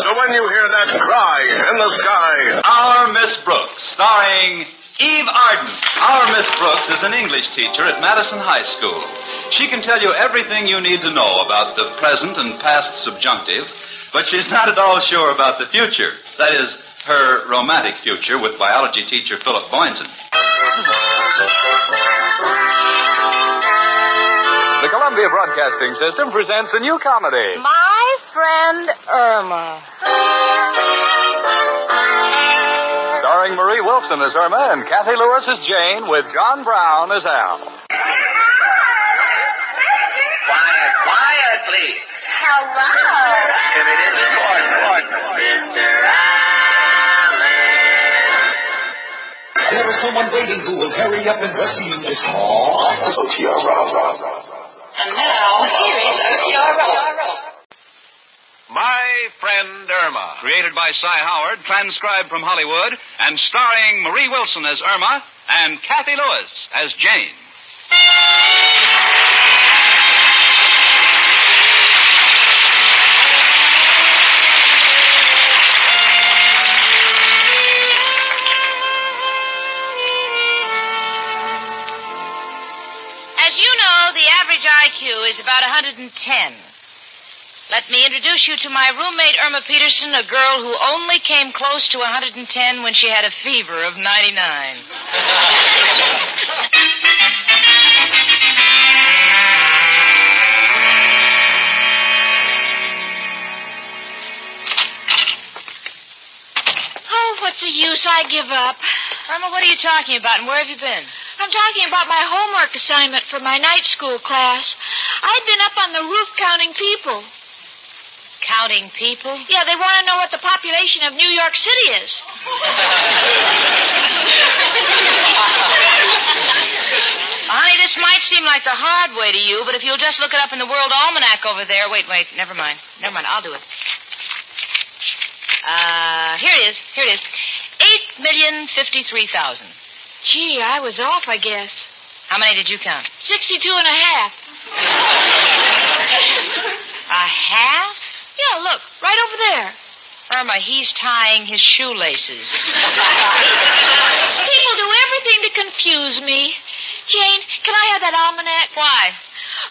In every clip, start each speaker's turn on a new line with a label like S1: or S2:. S1: So when you hear that cry in the sky,
S2: Our Miss Brooks, starring Eve Arden. Our Miss Brooks is an English teacher at Madison High School. She can tell you everything you need to know about the present and past subjunctive, but she's not at all sure about the future. That is, her romantic future with biology teacher Philip Boynton.
S3: The Columbia Broadcasting System presents a new comedy.
S4: My friend Irma.
S3: Starring Marie Wilson as Irma and Kathy Lewis as Jane, with John Brown as Al.
S5: Quiet, quiet, please.
S4: Hello.
S5: If it isn't Gordon, Gordon. Mr.
S6: There is someone waiting who will hurry up and rescue this awful
S4: And now, here is
S3: My Friend Irma, created by Cy Howard, transcribed from Hollywood, and starring Marie Wilson as Irma and Kathy Lewis as Jane.
S4: As you know, the average IQ is about 110. Let me introduce you to my roommate, Irma Peterson, a girl who only came close to 110 when she had a fever of 99. Oh, what's the use? I give up. Irma, what are you talking about, and where have you been? I'm talking about my homework assignment for my night school class. I'd been up on the roof counting people. Counting people? Yeah, they want to know what the population of New York City is. Honey, this might seem like the hard way to you, but if you'll just look it up in the World Almanac over there. Wait, wait, never mind. Never mind, I'll do it. Uh, here it is. Here it is. Eight million fifty-three thousand. Gee, I was off, I guess. How many did you count? Sixty-two and a half. a half? Yeah, look, right over there. Irma, he's tying his shoelaces. People do everything to confuse me. Jane, can I have that almanac? Why?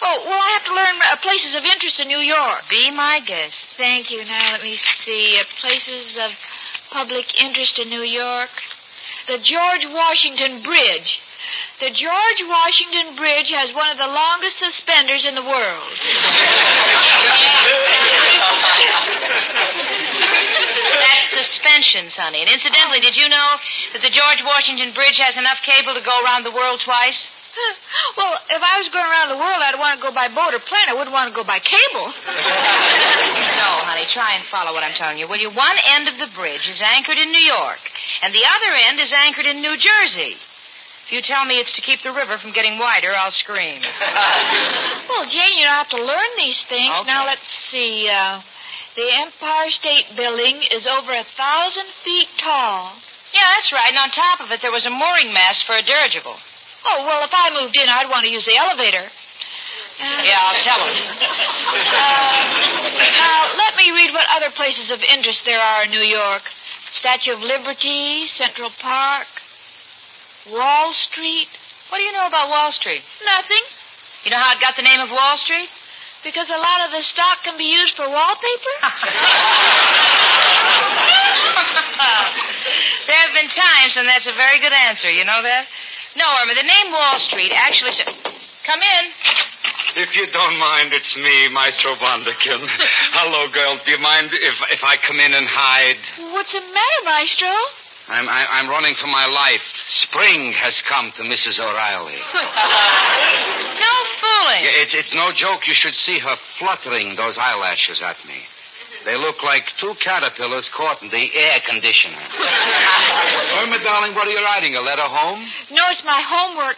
S4: Oh, well, I have to learn uh, places of interest in New York. Be my guest. Thank you. Now, let me see. Uh, places of public interest in New York. The George Washington Bridge. The George Washington Bridge has one of the longest suspenders in the world. That's suspensions, honey. And incidentally, did you know that the George Washington Bridge has enough cable to go around the world twice? Well, if I was going around the world, I'd want to go by boat or plane. I wouldn't want to go by cable. no, honey, try and follow what I'm telling you, will you? One end of the bridge is anchored in New York, and the other end is anchored in New Jersey. If you tell me it's to keep the river from getting wider, I'll scream. Well, Jane, you have to learn these things. Now let's see. Uh, the Empire State Building is over a thousand feet tall. Yeah, that's right. And on top of it, there was a mooring mast for a dirigible. Oh well, if I moved in, I'd want to use the elevator. yeah, I'll tell him. now let me read what other places of interest there are in New York: Statue of Liberty, Central Park, Wall Street. What do you know about Wall Street? Nothing. You know how it got the name of Wall Street? Because a lot of the stock can be used for wallpaper? there have been times when that's a very good answer. You know that? No, Irma, the name Wall Street actually. s- Come in.
S7: If you don't mind, it's me, Maestro Bondekin. Hello, girls. Do you mind if if I come in and hide?
S4: What's the matter, Maestro?
S7: I'm I, I'm running for my life. Spring has come to Mrs. O'Reilly.
S4: No fooling.
S7: Yeah, It's it's no joke. You should see her fluttering those eyelashes at me. They look like two caterpillars caught in the air conditioner. Irma, darling, what are you writing? A letter home?
S4: No, it's my homework.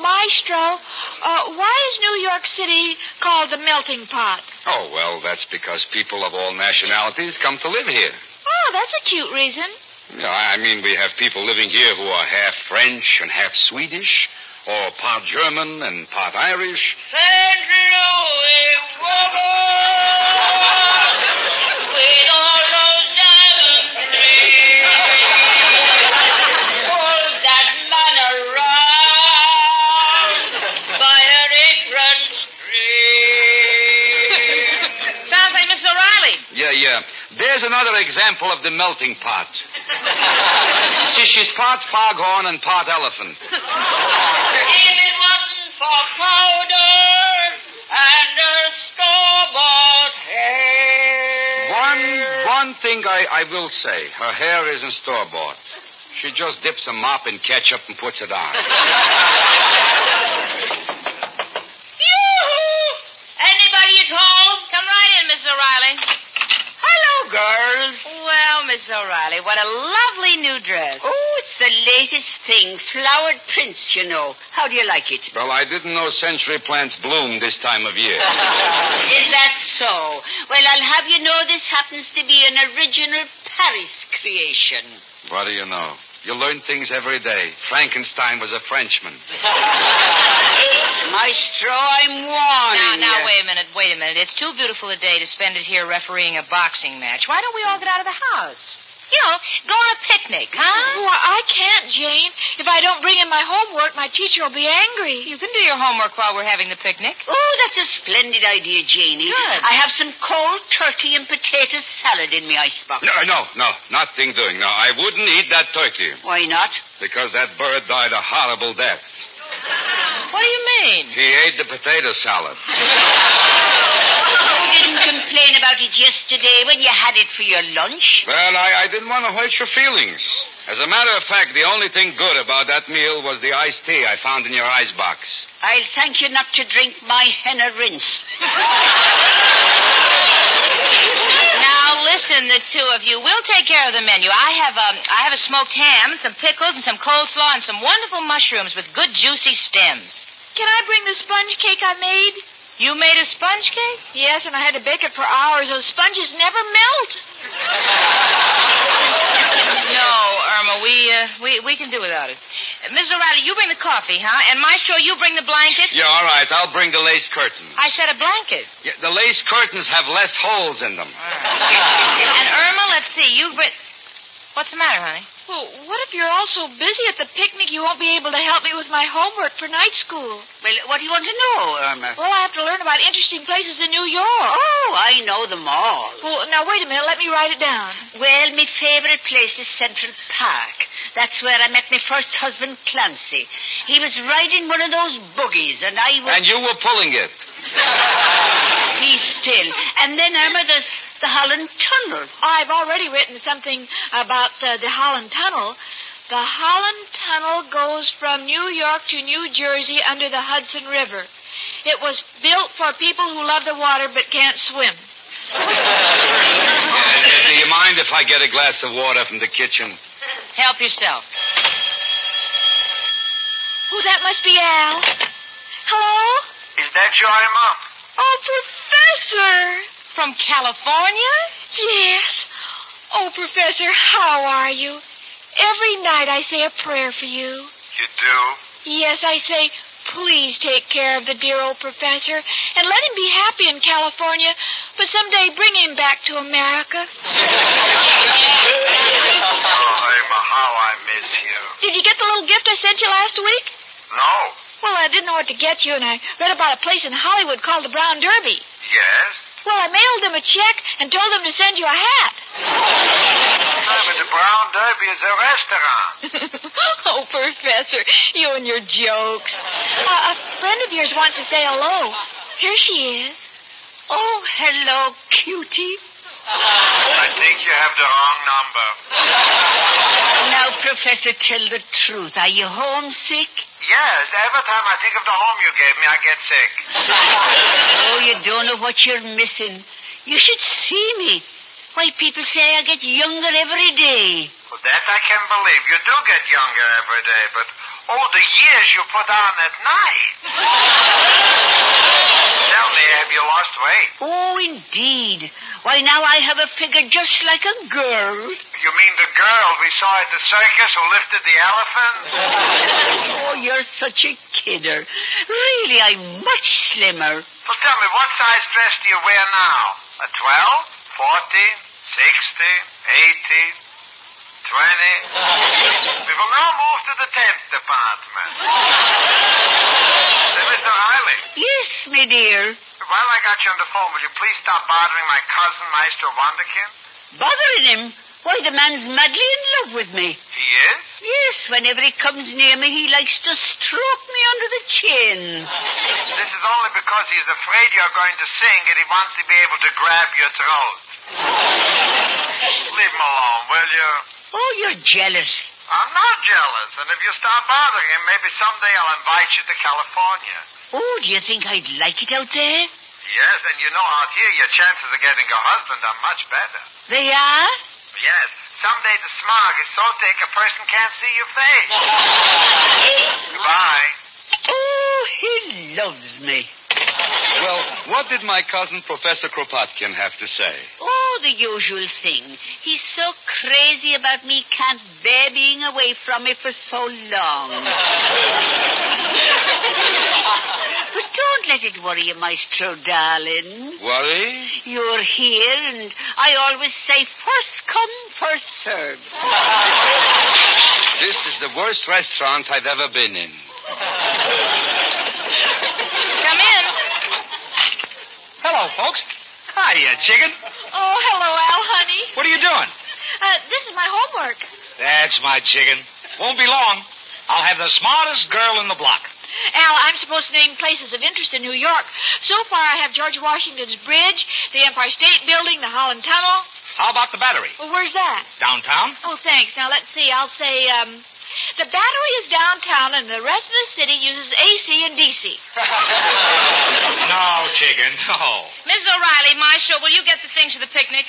S4: Maestro, uh, why is New York City called the melting pot?
S7: Oh well, that's because people of all nationalities come to live here.
S4: Oh, that's a cute reason.
S7: No, I I mean we have people living here who are half French and half Swedish, or part German and part Irish.
S4: St. Louis woman, we don't know
S7: There's another example of the melting pot. See, she's part foghorn and part elephant.
S8: If it wasn't for powder and a store-bought hair.
S7: One, one thing I, I will say her hair isn't store bought. She just dips a mop in ketchup and puts it on.
S8: Yoo-hoo! Anybody at home?
S3: Come right in, Mrs. O'Reilly.
S8: Hello, girls.
S3: Well, Mrs. O'Reilly, what a lovely new dress.
S8: Oh, it's the latest thing. Flowered prints, you know. How do you like it?
S7: Well, I didn't know century plants bloom this time of year.
S8: Is that so? Well, I'll have you know this happens to be an original Paris creation.
S7: What do you know? You learn things every day. Frankenstein was a Frenchman.
S8: Maestro, I'm
S3: Now,
S8: warning
S3: now,
S8: you.
S3: wait a minute, wait a minute. It's too beautiful a day to spend it here refereeing a boxing match. Why don't we all get out of the house? You know, go on a picnic, huh?
S4: Oh, I I can't, Jane. If I don't bring in my homework, my teacher will be angry.
S3: You can do your homework while we're having the picnic.
S8: Oh, that's a splendid idea, Janie.
S3: Good.
S8: I have some cold turkey and potato salad in my icebox.
S7: No, no, no, nothing doing. No, I wouldn't eat that turkey
S8: Why not?
S7: because that bird died a horrible death.
S3: What do you mean?
S7: He ate the potato salad.
S8: You didn't complain about it yesterday when you had it for your lunch.
S7: Well, I, I didn't want to hurt your feelings. As a matter of fact, the only thing good about that meal was the iced tea I found in your ice box.
S8: I'll thank you not to drink my henna rinse.
S3: Now listen, the two of you. We'll take care of the menu. I have um, I have a smoked ham, some pickles, and some coleslaw, and some wonderful mushrooms with good juicy stems.
S4: Can I bring the sponge cake I made?
S3: You made a sponge cake?
S4: Yes, and I had to bake it for hours. Those sponges never melt.
S3: No, Irma. We uh, we we can do without it. Uh, Mrs. O'Reilly, you bring the coffee, huh? And Maestro, you bring the blankets.
S7: Yeah, all right. I'll bring the lace curtains.
S3: I said a blanket.
S7: Yeah, the lace curtains have less holes in them.
S3: And Irma, let's see. You bring. What's the matter, honey?
S4: Well, what if you're all so busy at the picnic you won't be able to help me with my homework for night school?
S8: Well, what do you want to know, Irma?
S4: Well, I have to learn about interesting places in New York.
S8: Oh, I know them all.
S4: Well, Oh, now wait a minute. Let me write it down.
S8: Well, my favorite place is Central Park. That's where I met my first husband, Clancy. He was riding one of those buggies, and I was.
S7: And you were pulling it.
S8: Be still. And then, Irma, there's the Holland Tunnel.
S4: I've already written something about uh, the Holland Tunnel. The Holland Tunnel goes from New York to New Jersey under the Hudson River. It was built for people who love the water but can't swim.
S7: Uh, uh, do you mind if I get a glass of water from the kitchen?
S3: Help yourself.
S4: Oh, that must be Al. Hello?
S6: Is that you, Irma?
S4: Oh, Professor!
S3: From California?
S4: Yes. Oh, Professor, how are you? Every night I say a prayer for you.
S6: You do?
S4: Yes, I say, please take care of the dear old professor and let him be happy in California, but someday bring him back to America.
S6: Oh, Irma, how I miss you.
S4: Did you get the little gift I sent you last week?
S6: No.
S4: Well, I didn't know what to get you, and I read about a place in Hollywood called the Brown Derby.
S6: Yes?
S4: Well, I mailed them a check and told them to send you a hat.
S6: Irma, the Brown Derby is a restaurant.
S4: oh, Professor, you and your jokes. Uh, a friend of yours wants to say hello. Here she is.
S8: Oh, hello, cutie.
S6: I think you have the wrong number.
S8: Now, Professor, tell the truth. Are you homesick?
S6: Yes, every time I think of the home you gave me, I get sick.
S8: Oh, you don't know what you're missing. You should see me. Why, people say I get younger every day.
S6: Well, that I can believe. You do get younger every day, but oh, the years you put on at night. Tell me, have you lost weight?
S8: Oh, indeed. Why, now I have a figure just like a girl.
S6: You mean the girl we saw at the circus who lifted the elephant?
S8: Oh, you're such a kidder. Really, I'm much slimmer.
S6: Well, tell me, what size dress do you wear now? A 12, 40, 60, 80, 20? We will now move to the tenth department. Say, Mr. Riley,
S8: Yes, my dear.
S6: while I got you on the phone, will you please stop bothering my cousin, Maestro Wonderkin?
S8: Bothering him? Why, the man's madly in love with me.
S6: He is?
S8: Yes, whenever he comes near me, he likes to stroke me under the chin.
S6: This is only because he's afraid you're going to sing and he wants to be able to grab your throat. Leave him alone, will you?
S8: Oh, you're jealous.
S6: I'm not jealous, and if you stop bothering him, maybe someday I'll invite you to California.
S8: Oh, do you think I'd like it out there?
S6: Yes, and you know out here your chances of getting a husband are much better.
S8: They are?
S6: Yes, someday the smog is so thick a person can't see your face. Goodbye.
S8: Oh, he loves me.
S9: Well, what did my cousin, Professor Kropotkin, have to say?
S8: Oh, the usual thing. He's so crazy about me, can't bear being away from me for so long. but don't let it worry you, Maestro, darling.
S9: Worry?
S8: You're here, and I always say first come, first served.
S9: This is the worst restaurant I've ever been in.
S3: Come in.
S10: Hello, folks. Hiya, chicken.
S4: Oh, hello, Al, honey.
S10: What are you doing?
S4: Uh, this is my homework.
S10: That's my chicken. Won't be long. I'll have the smartest girl in the block.
S4: Al, I'm supposed to name places of interest in New York. So far, I have George Washington's Bridge, the Empire State Building, the Holland Tunnel.
S10: How about the battery?
S4: Well, where's that?
S10: Downtown?
S4: Oh, thanks. Now, let's see. I'll say, um, the battery is downtown, and the rest of the city uses AC and DC.
S10: No, chicken, no.
S3: Mrs. O'Reilly, Marshall, will you get the things for the picnic?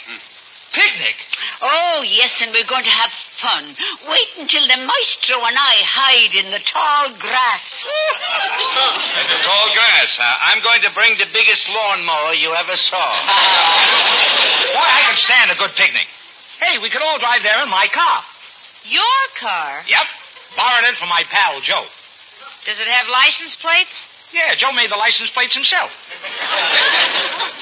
S10: Picnic?
S8: Oh, yes, and we're going to have fun. Wait until the maestro and I hide in the tall grass.
S9: At the tall grass, huh? I'm going to bring the biggest lawnmower you ever saw.
S10: Boy, I could stand a good picnic. Hey, we could all drive there in my car.
S3: Your car?
S10: Yep. Borrowed it from my pal, Joe.
S3: Does it have license plates?
S10: Yeah, Joe made the license plates himself.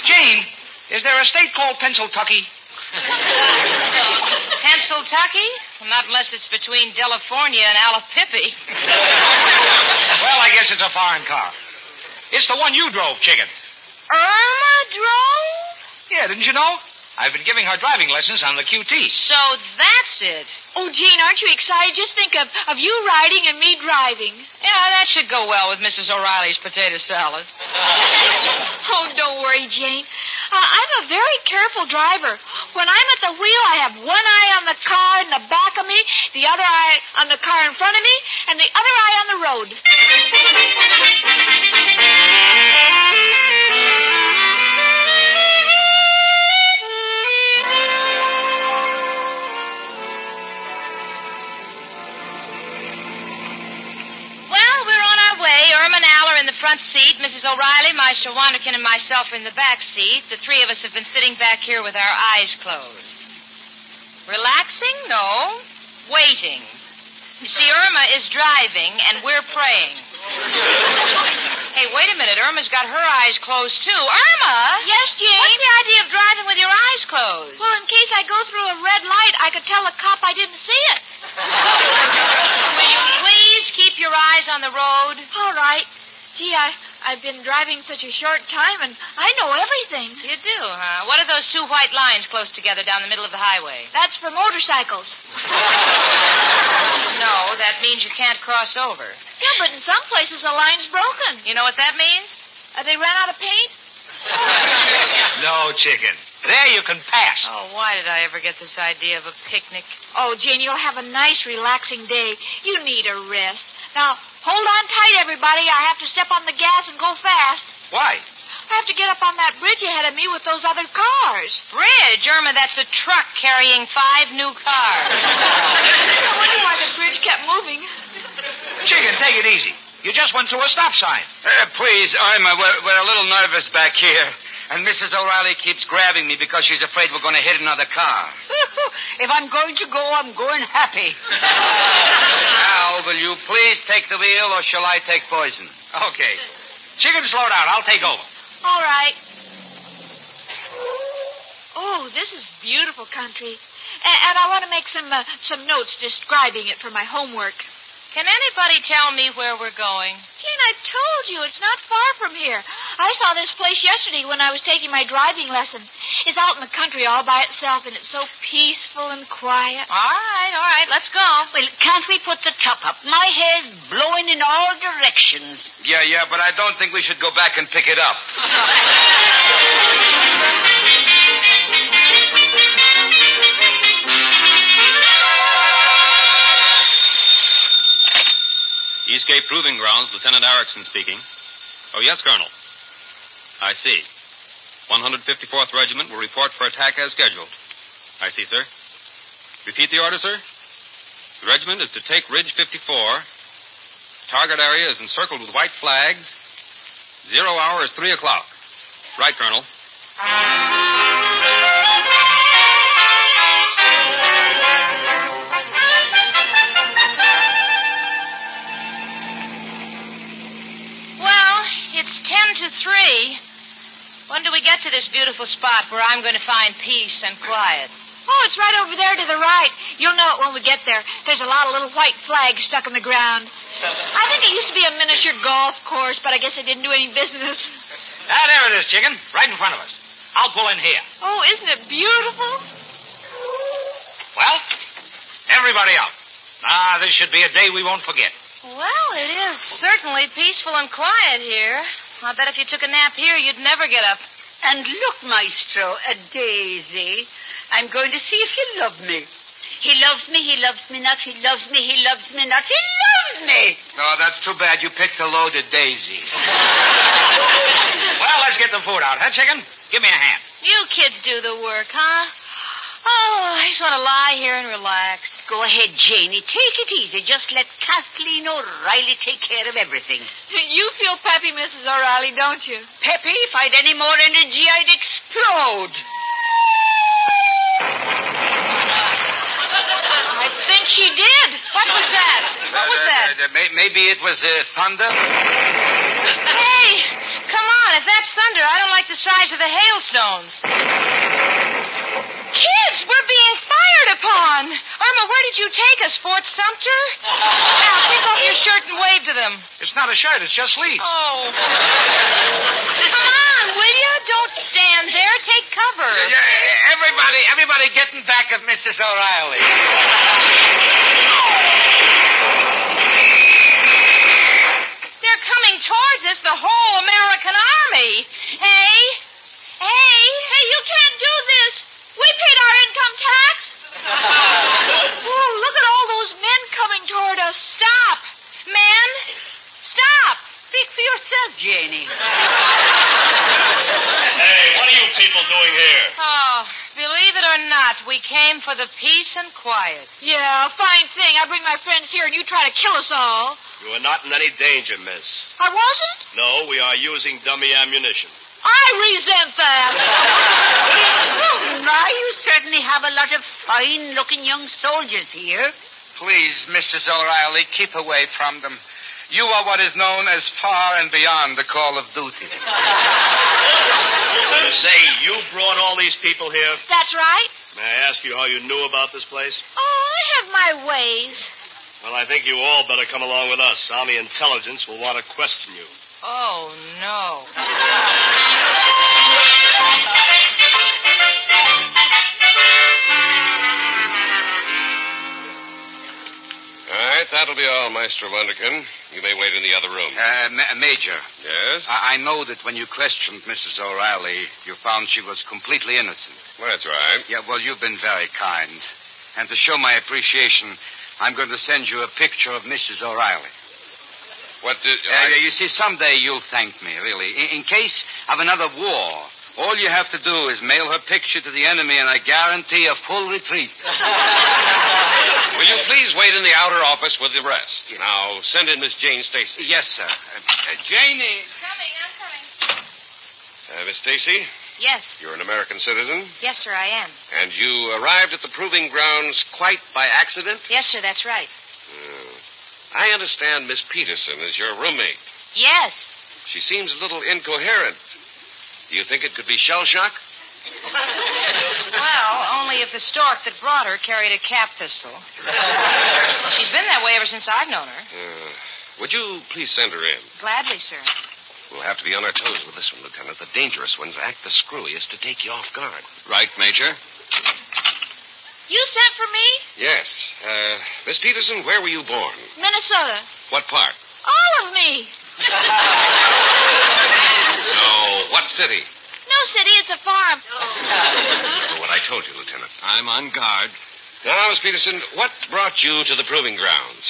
S10: Jane, is there a state called Pennsylvania?
S3: Pennsylvania? Well, not unless it's between California and Alapippy.
S10: Well, I guess it's a foreign car. It's the one you drove, chicken.
S3: Oh, Irma drove?
S10: Yeah, didn't you know? I've been giving her driving lessons on the QT.
S3: So that's it.
S4: Oh, Jane, aren't you excited? Just think of, of you riding and me driving.
S3: Yeah, that should go well with Mrs. O'Reilly's potato salad.
S4: Oh, don't worry, Jane. Uh, I'm a very careful driver. When I'm at the wheel, I have one eye on the car in the back of me, the other eye on the car in front of me, and the other eye on the road.
S3: Well, we're on our way. Irma and Al are in the front seat. Mrs. O'Reilly, Maestro Wanderkin, and myself are in the back seat. The three of us have been sitting back here with our eyes closed. Relaxing? No. Waiting. You see, Irma is driving, and we're praying. hey, wait a minute. Irma's got her eyes closed, too. Irma!
S4: Yes, Jane?
S3: What's the idea of driving with your eyes closed?
S4: Well, in case I go through a red light, I could tell the cop I didn't see it.
S3: Will you please keep your eyes on the road?
S4: All right. Gee, I, I've been driving such a short time, and I know everything.
S3: You do, huh? Uh, What are those two white lines close together down the middle of the highway?
S4: That's for motorcycles.
S3: No, that means you can't cross over.
S4: Yeah, but in some places the line's broken.
S3: You know what that means?
S4: Uh, they ran out of paint?
S10: No, chicken. There you can pass.
S3: Oh, why did I ever get this idea of a picnic?
S4: Oh, Jane, you'll have a nice, relaxing day. You need a rest. Now, hold on tight, everybody. I have to step on the gas and go fast.
S10: Why?
S4: I have to get up on that bridge ahead of me with those other cars.
S3: Bridge, Irma, that's a truck carrying five new cars.
S4: I wonder why the bridge kept moving.
S10: Chicken, take it easy. You just went through a stop sign.
S9: Uh, please, Irma, we're, we're a little nervous back here. And Mrs. O'Reilly keeps grabbing me because she's afraid we're going to hit another car.
S8: if I'm going to go, I'm going happy.
S9: Al, will you please take the wheel or shall I take poison?
S10: Okay. Chicken, slow down. I'll take over.
S4: All right. Oh, this is beautiful country. A- and I want to make some uh, some notes describing it for my homework.
S3: Can anybody tell me where we're going?
S4: Ken, I told you it's not far from here. I saw this place yesterday when I was taking my driving lesson. It's out in the country all by itself, and it's so peaceful and quiet.
S3: All right, all right, let's go.
S8: Well, can't we put the top up? My hair's blowing in all directions.
S7: Yeah, yeah, but I don't think we should go back and pick it up.
S11: Eastgate Proving Grounds, Lieutenant Erickson speaking. Oh, yes, Colonel. I see. 154th Regiment will report for attack as scheduled. I see, sir. Repeat the order, sir. The regiment is to take Ridge 54. Target area is encircled with white flags. Zero hour is 3 o'clock. Right, Colonel.
S3: Well, it's ten to three. When do we get to this beautiful spot where I'm going to find peace and quiet?
S4: Oh, it's right over there to the right. You'll know it when we get there. There's a lot of little white flags stuck in the ground. I think it used to be a miniature golf course, but I guess I didn't do any business.
S10: Ah, there it is, Chicken. Right in front of us. I'll pull in here.
S4: Oh, isn't it beautiful?
S10: Well, everybody out. Ah, this should be a day we won't forget.
S3: Well, it is certainly peaceful and quiet here. I bet if you took a nap here, you'd never get up.
S8: And look, Maestro, a daisy. I'm going to see if he loves me. He loves me, he loves me not, he loves me, he loves me not, he loves me!
S7: No, that's too bad. You picked a loaded daisy.
S10: Well, let's get the food out, huh, Chicken? Give me a hand.
S3: You kids do the work, huh? Oh, I just want to lie here and relax.
S8: Go ahead, Janie. Take it easy. Just let Kathleen O'Reilly take care of everything.
S4: You feel peppy, Mrs. O'Reilly, don't you?
S8: Peppy, if I'd any more energy, I'd explode.
S3: I think she did. What was that? What was that?
S7: Uh, uh, may- maybe it was uh, thunder?
S3: Hey, come on. If that's thunder, I don't like the size of the hailstones. Kids, we're being fired upon. Irma, where did you take us? Fort Sumter? Now, take off your shirt and wave to them.
S10: It's not a shirt, it's just sleeves.
S3: Oh. Come on, will you? Don't stand there. Take cover.
S7: Yeah, everybody, everybody getting back of Mrs. O'Reilly.
S3: They're coming towards us, the whole American army. Hey? Hey? Hey, you can't do this. We paid our income tax.
S4: Oh, look at all those men coming toward us.
S3: Stop. Men, stop.
S8: Speak for yourself, Janie.
S11: Hey, what are you people doing here?
S3: Oh, believe it or not, we came for the peace and quiet.
S4: Yeah, fine thing. I bring my friends here and you try to kill us all.
S11: You are not in any danger, miss.
S4: I wasn't?
S11: No, we are using dummy ammunition.
S4: I resent that.
S8: My, Oh, you certainly have a lot of fine-looking young soldiers here.
S7: Please, Mrs. O'Reilly, keep away from them. You are what is known as far and beyond the call of duty.
S11: You say you brought all these people here?
S4: That's right.
S11: May I ask you how you knew about this place?
S4: Oh, I have my ways.
S11: Well, I think you all better come along with us. Army intelligence will want to question you.
S3: Oh, no.
S12: All right, that'll be all, Maestro Wunderkin. You may wait in the other room.
S7: Uh, Ma- Major,
S12: Yes?
S7: I-, I know that when you questioned Mrs. O'Reilly, you found she was completely innocent.
S12: Well, that's right.
S7: Yeah, well, you've been very kind. And to show my appreciation, I'm going to send you a picture of Mrs. O'Reilly.
S12: What did.
S7: Uh,
S12: I-
S7: You see, someday you'll thank me, really. In, in case of another war, all you have to do is mail her picture to the enemy, and I guarantee a full retreat.
S12: Will you please wait in the outer office with the rest? Now, send in Miss Jane Stacy.
S7: Yes, sir. Uh, uh, Janie.
S3: Coming, I'm coming.
S12: Uh, Miss Stacy,
S3: Yes.
S12: you're an American citizen,
S3: Yes, sir, I am.
S12: and you arrived at the proving grounds quite by accident?
S3: Yes, sir, that's right.
S7: Mm.
S12: Hmm. I understand Miss Peterson is your roommate.
S3: Yes.
S12: She seems a little incoherent. Do you think it could be shell shock?
S3: Well, Oh, only if the stork that brought her carried a cap pistol. She's been that way ever since I've known her.
S12: Uh, would you please send her in?
S3: Gladly, sir.
S12: We'll have to be on our toes with this one, Lieutenant. The dangerous ones act the screwiest to take you off guard.
S13: Right, Major.
S4: You sent for me?
S12: Yes. Uh, Miss Peterson, where were you born?
S4: Minnesota.
S12: What part?
S4: All of me.
S12: No. What city?
S4: No city, it's a farm.
S12: For what I told you, Lieutenant. I'm on guard. Now, Miss Peterson, what brought you to the proving grounds?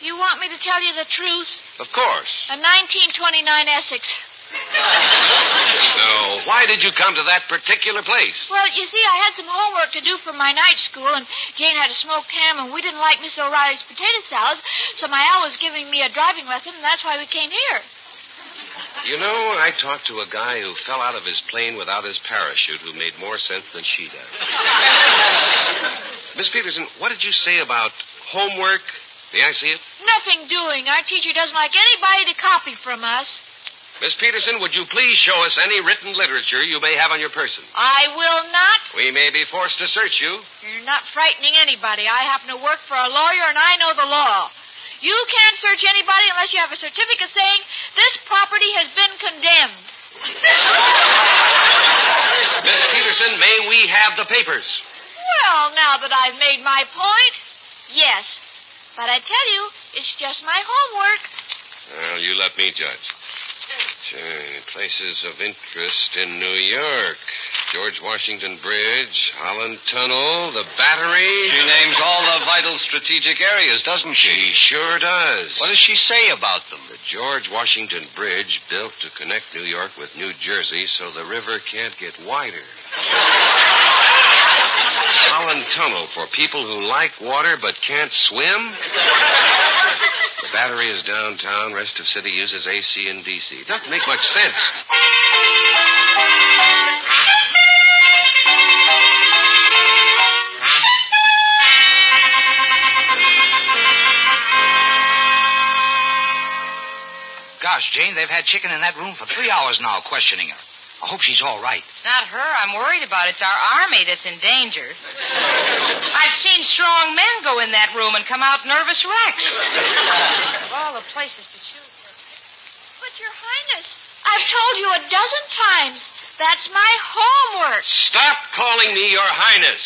S4: You want me to tell you the truth?
S12: Of course.
S4: A 1929 Essex.
S12: So, why did you come to that particular place?
S4: Well, you see, I had some homework to do for my night school, and Jane had a smoked ham, and we didn't like Miss O'Reilly's potato salad, so my owl was giving me a driving lesson, and that's why we came here.
S12: You know, I talked to a guy who fell out of his plane without his parachute who made more sense than she does. Miss Peterson, what did you say about homework? May I see it?
S4: Nothing doing. Our teacher doesn't like anybody to copy from us.
S12: Miss Peterson, would you please show us any written literature you may have on your person?
S4: I will not.
S12: We may be forced to search you.
S4: You're not frightening anybody. I happen to work for a lawyer, and I know the law. You can't search anybody unless you have a certificate saying this property has been condemned.
S12: Miss Peterson, may we have the papers?
S4: Well, now that I've made my point, yes. But I tell you, it's just my homework.
S12: Well, you let me judge. Sure. Places of interest in New York. George Washington Bridge, Holland Tunnel, the Battery.
S9: She names all the
S12: vital strategic areas, doesn't she? She sure does. What does she say about them? The George Washington Bridge built to connect New York with New Jersey so the river can't get wider. Holland Tunnel for people who like water but can't swim? The battery is downtown. Rest of city uses AC and DC. Doesn't make much sense.
S10: Gosh, Jane, they've had Chicken in that room for three hours now, questioning her. I hope she's all right.
S3: It's not her I'm worried about. It's our army that's in danger. I've seen strong men go in that room and come out nervous wrecks. of all the places to choose from.
S4: But, Your Highness, I've told you a dozen times that's my homework.
S12: Stop calling me Your Highness.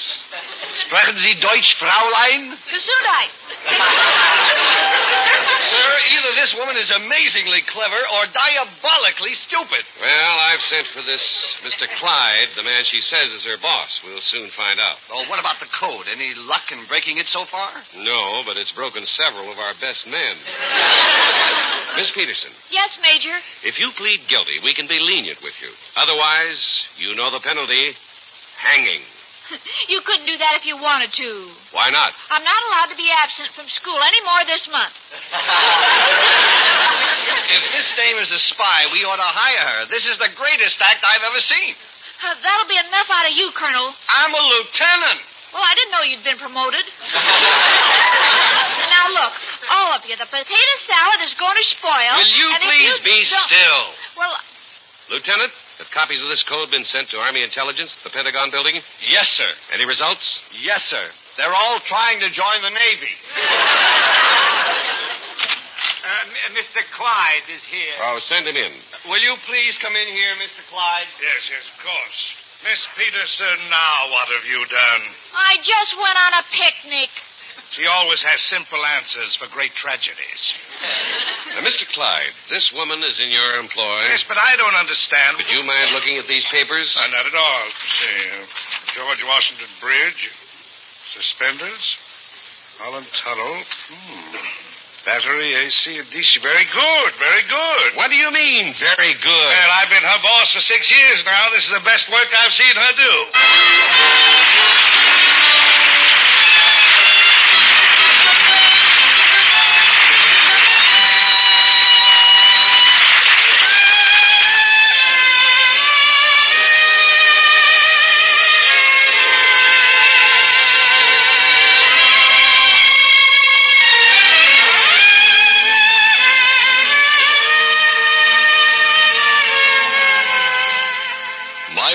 S12: Sprechen Sie Deutsch, Fraulein?
S4: Gesundheit.
S14: Sir, either this woman is amazingly clever or diabolically stupid.
S12: Well, I've sent for this Mr. Clyde, the man she says is her boss. We'll soon find out.
S14: Oh, what about the code? Any luck in breaking it so far?
S12: No, but it's broken several of our best men. Miss Peterson,
S4: Yes, Major.
S12: if you plead guilty, we can be lenient with you. Otherwise, you know the penalty hanging.
S4: You couldn't do that if you wanted to.
S12: Why not?
S4: I'm not allowed to be absent from school any more this month.
S14: If this dame is a spy, we ought to hire her. This is the greatest act I've ever seen.
S4: Uh, that'll be enough out of you, Colonel.
S14: I'm a lieutenant.
S4: Well, I didn't know you'd been promoted. now look, all of you, the potato salad is going to spoil.
S12: Will you
S4: and if
S12: please
S4: you
S12: be
S4: don't-
S12: still?
S4: Well,
S12: Lieutenant, have copies of this code been sent to Army Intelligence, the Pentagon building? Yes, sir. Any results?
S14: Yes, sir. They're all trying to join the Navy.
S6: Uh, M- Mr. Clyde is here.
S12: Oh, send him in.
S14: Uh, Will you please come in here, Mr. Clyde?
S7: Yes, yes, of course. Miss Peterson, now what have you done?
S4: I just went on a picnic.
S7: She always has simple answers for great tragedies.
S12: Now, Mr. Clyde, this woman is in your employ.
S7: Yes, but I don't understand.
S12: Would you mind looking at these papers?
S7: Uh, not at all. See, uh, George Washington Bridge, suspenders, Holland Tunnel, hmm. battery, AC, and DC. Very good, very good.
S12: What do you mean, very good?
S7: Well, I've been her boss for six years now. This is the best work I've seen her do.
S12: My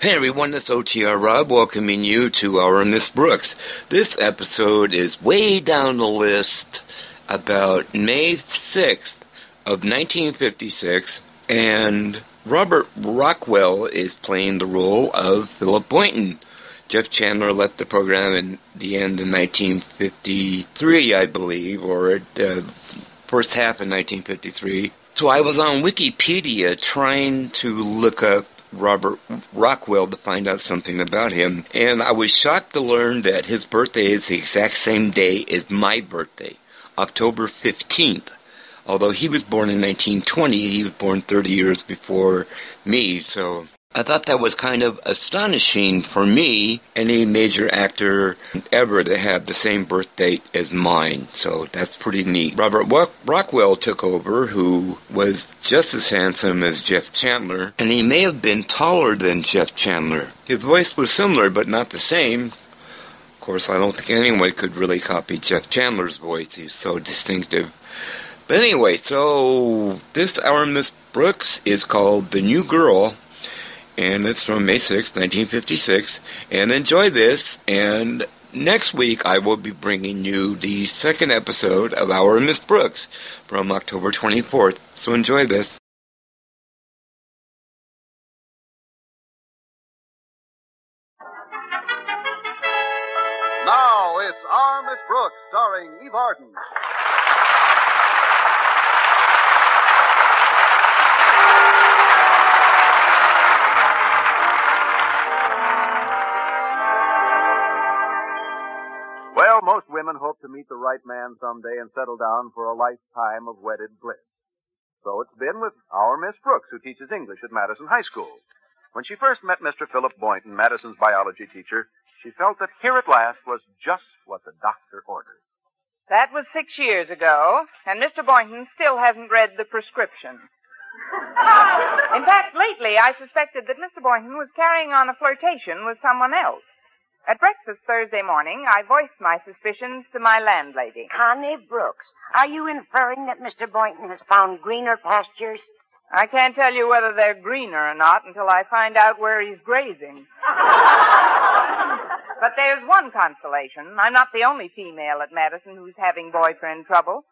S15: Hey everyone, it's OTR Rob welcoming you to our Miss Brooks. This episode is way down the list about May 6th of 1956 and Robert Rockwell is playing the role of Philip Boynton. Jeff Chandler left the program in the end of 1953, I believe, or uh, the first half of 1953. So I was on Wikipedia trying to look up Robert Rockwell to find out something about him, and I was shocked to learn that his birthday is the exact same day as my birthday, October 15th. Although he was born in 1920, he was born 30 years before me, so I thought that was kind of astonishing for me, any major actor ever to have the same birth date as mine. So that's pretty neat. Robert Wa- Rockwell took over, who was just as handsome as Jeff Chandler, and he may have been taller than Jeff Chandler. His voice was similar, but not the same. Of course, I don't think anyone could really copy Jeff Chandler's voice. He's so distinctive. But anyway, so this Our Miss Brooks is called The New Girl, and it's from May 6, 1956. And enjoy this. And next week, I will be bringing you the second episode of Our Miss Brooks from October 24th. So enjoy this.
S16: Now it's Our Miss Brooks starring Eve Arden.
S11: Well, most women hope to meet the right man someday and settle down for a lifetime of wedded bliss. So it's been with our Miss Brooks, who teaches English at Madison High School. When she first met Mr. Philip Boynton, Madison's biology teacher, she felt that here at last was just what the doctor ordered.
S17: That was six years ago, and Mr. Boynton still hasn't read the prescription. In fact, lately I suspected that Mr. Boynton was carrying on a flirtation with someone else. At breakfast Thursday morning, I voiced my suspicions to my landlady.
S18: Connie Brooks, are you inferring that Mr. Boynton has found greener pastures?
S17: I can't tell you whether they're greener or not until I find out where he's grazing. But there's one consolation. I'm not the only female at Madison who's having boyfriend trouble.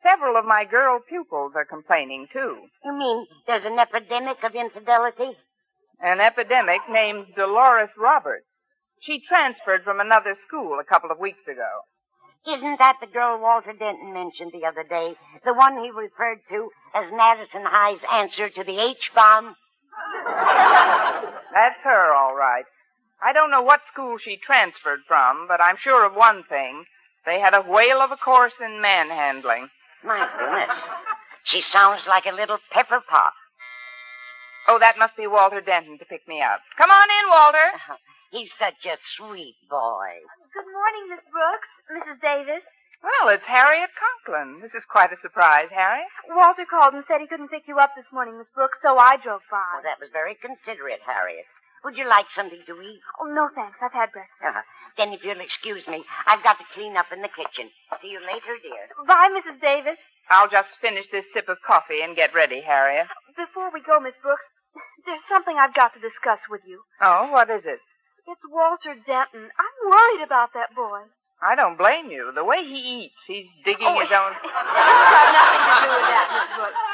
S17: Several of my girl pupils are complaining, too.
S18: You mean there's an epidemic of infidelity?
S17: An epidemic named Dolores Roberts. She transferred from another school a couple of weeks ago.
S18: Isn't that the girl Walter Denton mentioned the other day? The one he referred to as Madison High's answer to the H bomb?
S17: That's her, all right. I don't know what school she transferred from, but I'm sure of one thing. They had a whale of a course in manhandling.
S18: My goodness. She sounds like a little pepper pot.
S17: Oh, that must be Walter Denton to pick me up. Come on in, Walter.
S18: Uh-huh. He's such a sweet boy.
S19: Good morning, Miss Brooks, Mrs. Davis.
S17: Well, it's Harriet Conklin. This is quite a surprise, Harry.
S19: Walter called and said he couldn't pick you up this morning, Miss Brooks, so I drove by.
S18: Well, Oh, that was very considerate, Harriet. Would you like something to eat?
S19: Oh, no, thanks. I've had breakfast.
S18: Uh-huh. Then, if you'll excuse me, I've got to clean up in the kitchen. See you later, dear.
S19: Bye, Mrs. Davis.
S17: I'll just finish this sip of coffee and get ready, Harriet.
S19: Before we go, Miss Brooks, there's something I've got to discuss with you.
S17: Oh, what is it?
S19: It's Walter Denton. I'm worried about that boy.
S17: I don't blame you. The way he eats, he's digging
S19: Oh,
S17: his own.
S19: It's got nothing to do with that, Miss Brooks.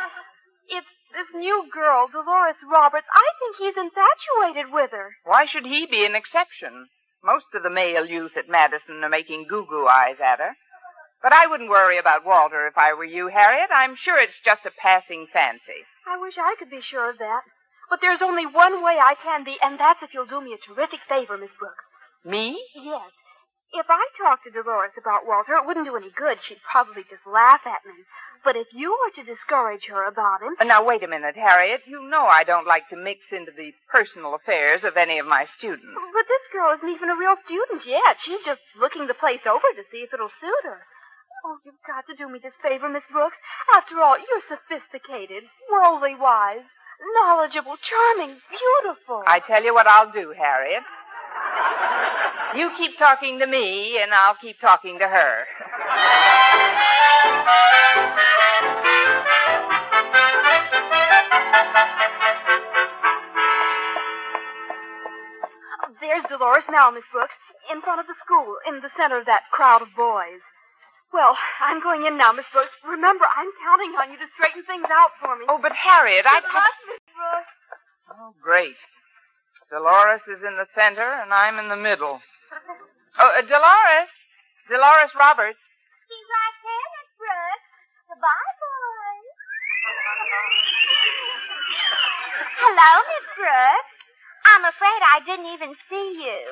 S19: It's This new girl, Dolores Roberts, I think he's infatuated with her.
S17: Why should he be an exception? Most of the male youth at Madison are making goo goo eyes at her. But I wouldn't worry about Walter if I were you, Harriet. I'm sure it's just a passing fancy.
S19: I wish I could be sure of that. But there's only one way I can be, and that's if you'll do me a terrific favor, Miss Brooks.
S17: Me?
S19: Yes. If I talked to Dolores about Walter, it wouldn't do any good. She'd probably just laugh at me. But if you were to discourage her about him,
S17: Uh, Now, wait a minute, Harriet. You know I don't like to mix into the personal affairs of any of my students.
S19: But this girl isn't even a real student yet. She's just looking the place over to see if it'll suit her. Oh, you've got to do me this favor, Miss Brooks. After all, you're sophisticated, worldly wise, knowledgeable, charming, beautiful.
S17: I tell you what I'll do, Harriet. You keep talking to me, and I'll keep talking to her.
S19: There's Dolores now, Miss Brooks, in front of the school, in the center of that crowd of boys. Well, I'm going in now, Miss Brooks. Remember, I'm counting on you to straighten things out for me.
S17: Oh, but Harriet, I-
S19: Good luck, Miss Brooks.
S17: Oh, great. Dolores is in the center, and I'm in the middle. Oh, uh, Dolores. Dolores Roberts.
S19: She's right there, Miss Brooks. Goodbye, boys.
S20: Hello, Miss Brooks. I'm afraid I didn't even see you.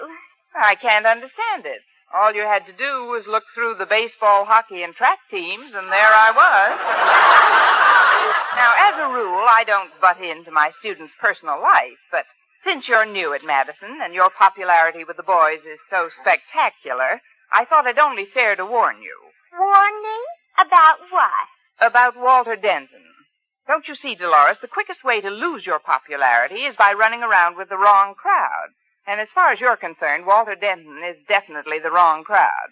S17: I can't understand it. All you had to do was look through the baseball, hockey, and track teams, and there I was. now, as a rule, I don't butt into my students' personal life, but since you're new at Madison and your popularity with the boys is so spectacular, I thought it only fair to warn you.
S20: Warning? About what?
S17: About Walter Denton. Don't you see, Dolores, the quickest way to lose your popularity is by running around with the wrong crowd. And as far as you're concerned, Walter Denton is definitely the wrong crowd.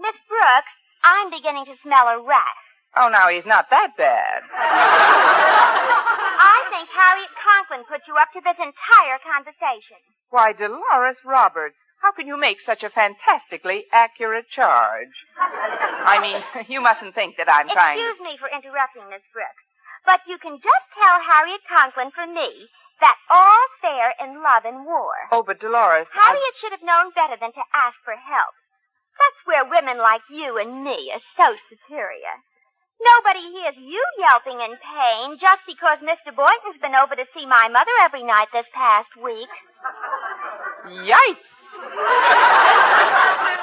S20: Miss Brooks, I'm beginning to smell a rat.
S17: Oh, now he's not that bad.
S20: I think Harriet Conklin put you up to this entire conversation.
S17: Why, Dolores Roberts, how can you make such a fantastically accurate charge? I mean, you mustn't think that I'm trying to.
S20: Excuse me for interrupting, Miss Brooks, but you can just tell Harriet Conklin for me that all's fair in love and war.
S17: Oh, but Dolores. I-
S20: Harriet should have known better than to ask for help. That's where women like you and me are so superior. Nobody hears you yelping in pain just because Mr. Boynton's been over to see my mother every night this past week.
S17: Yikes!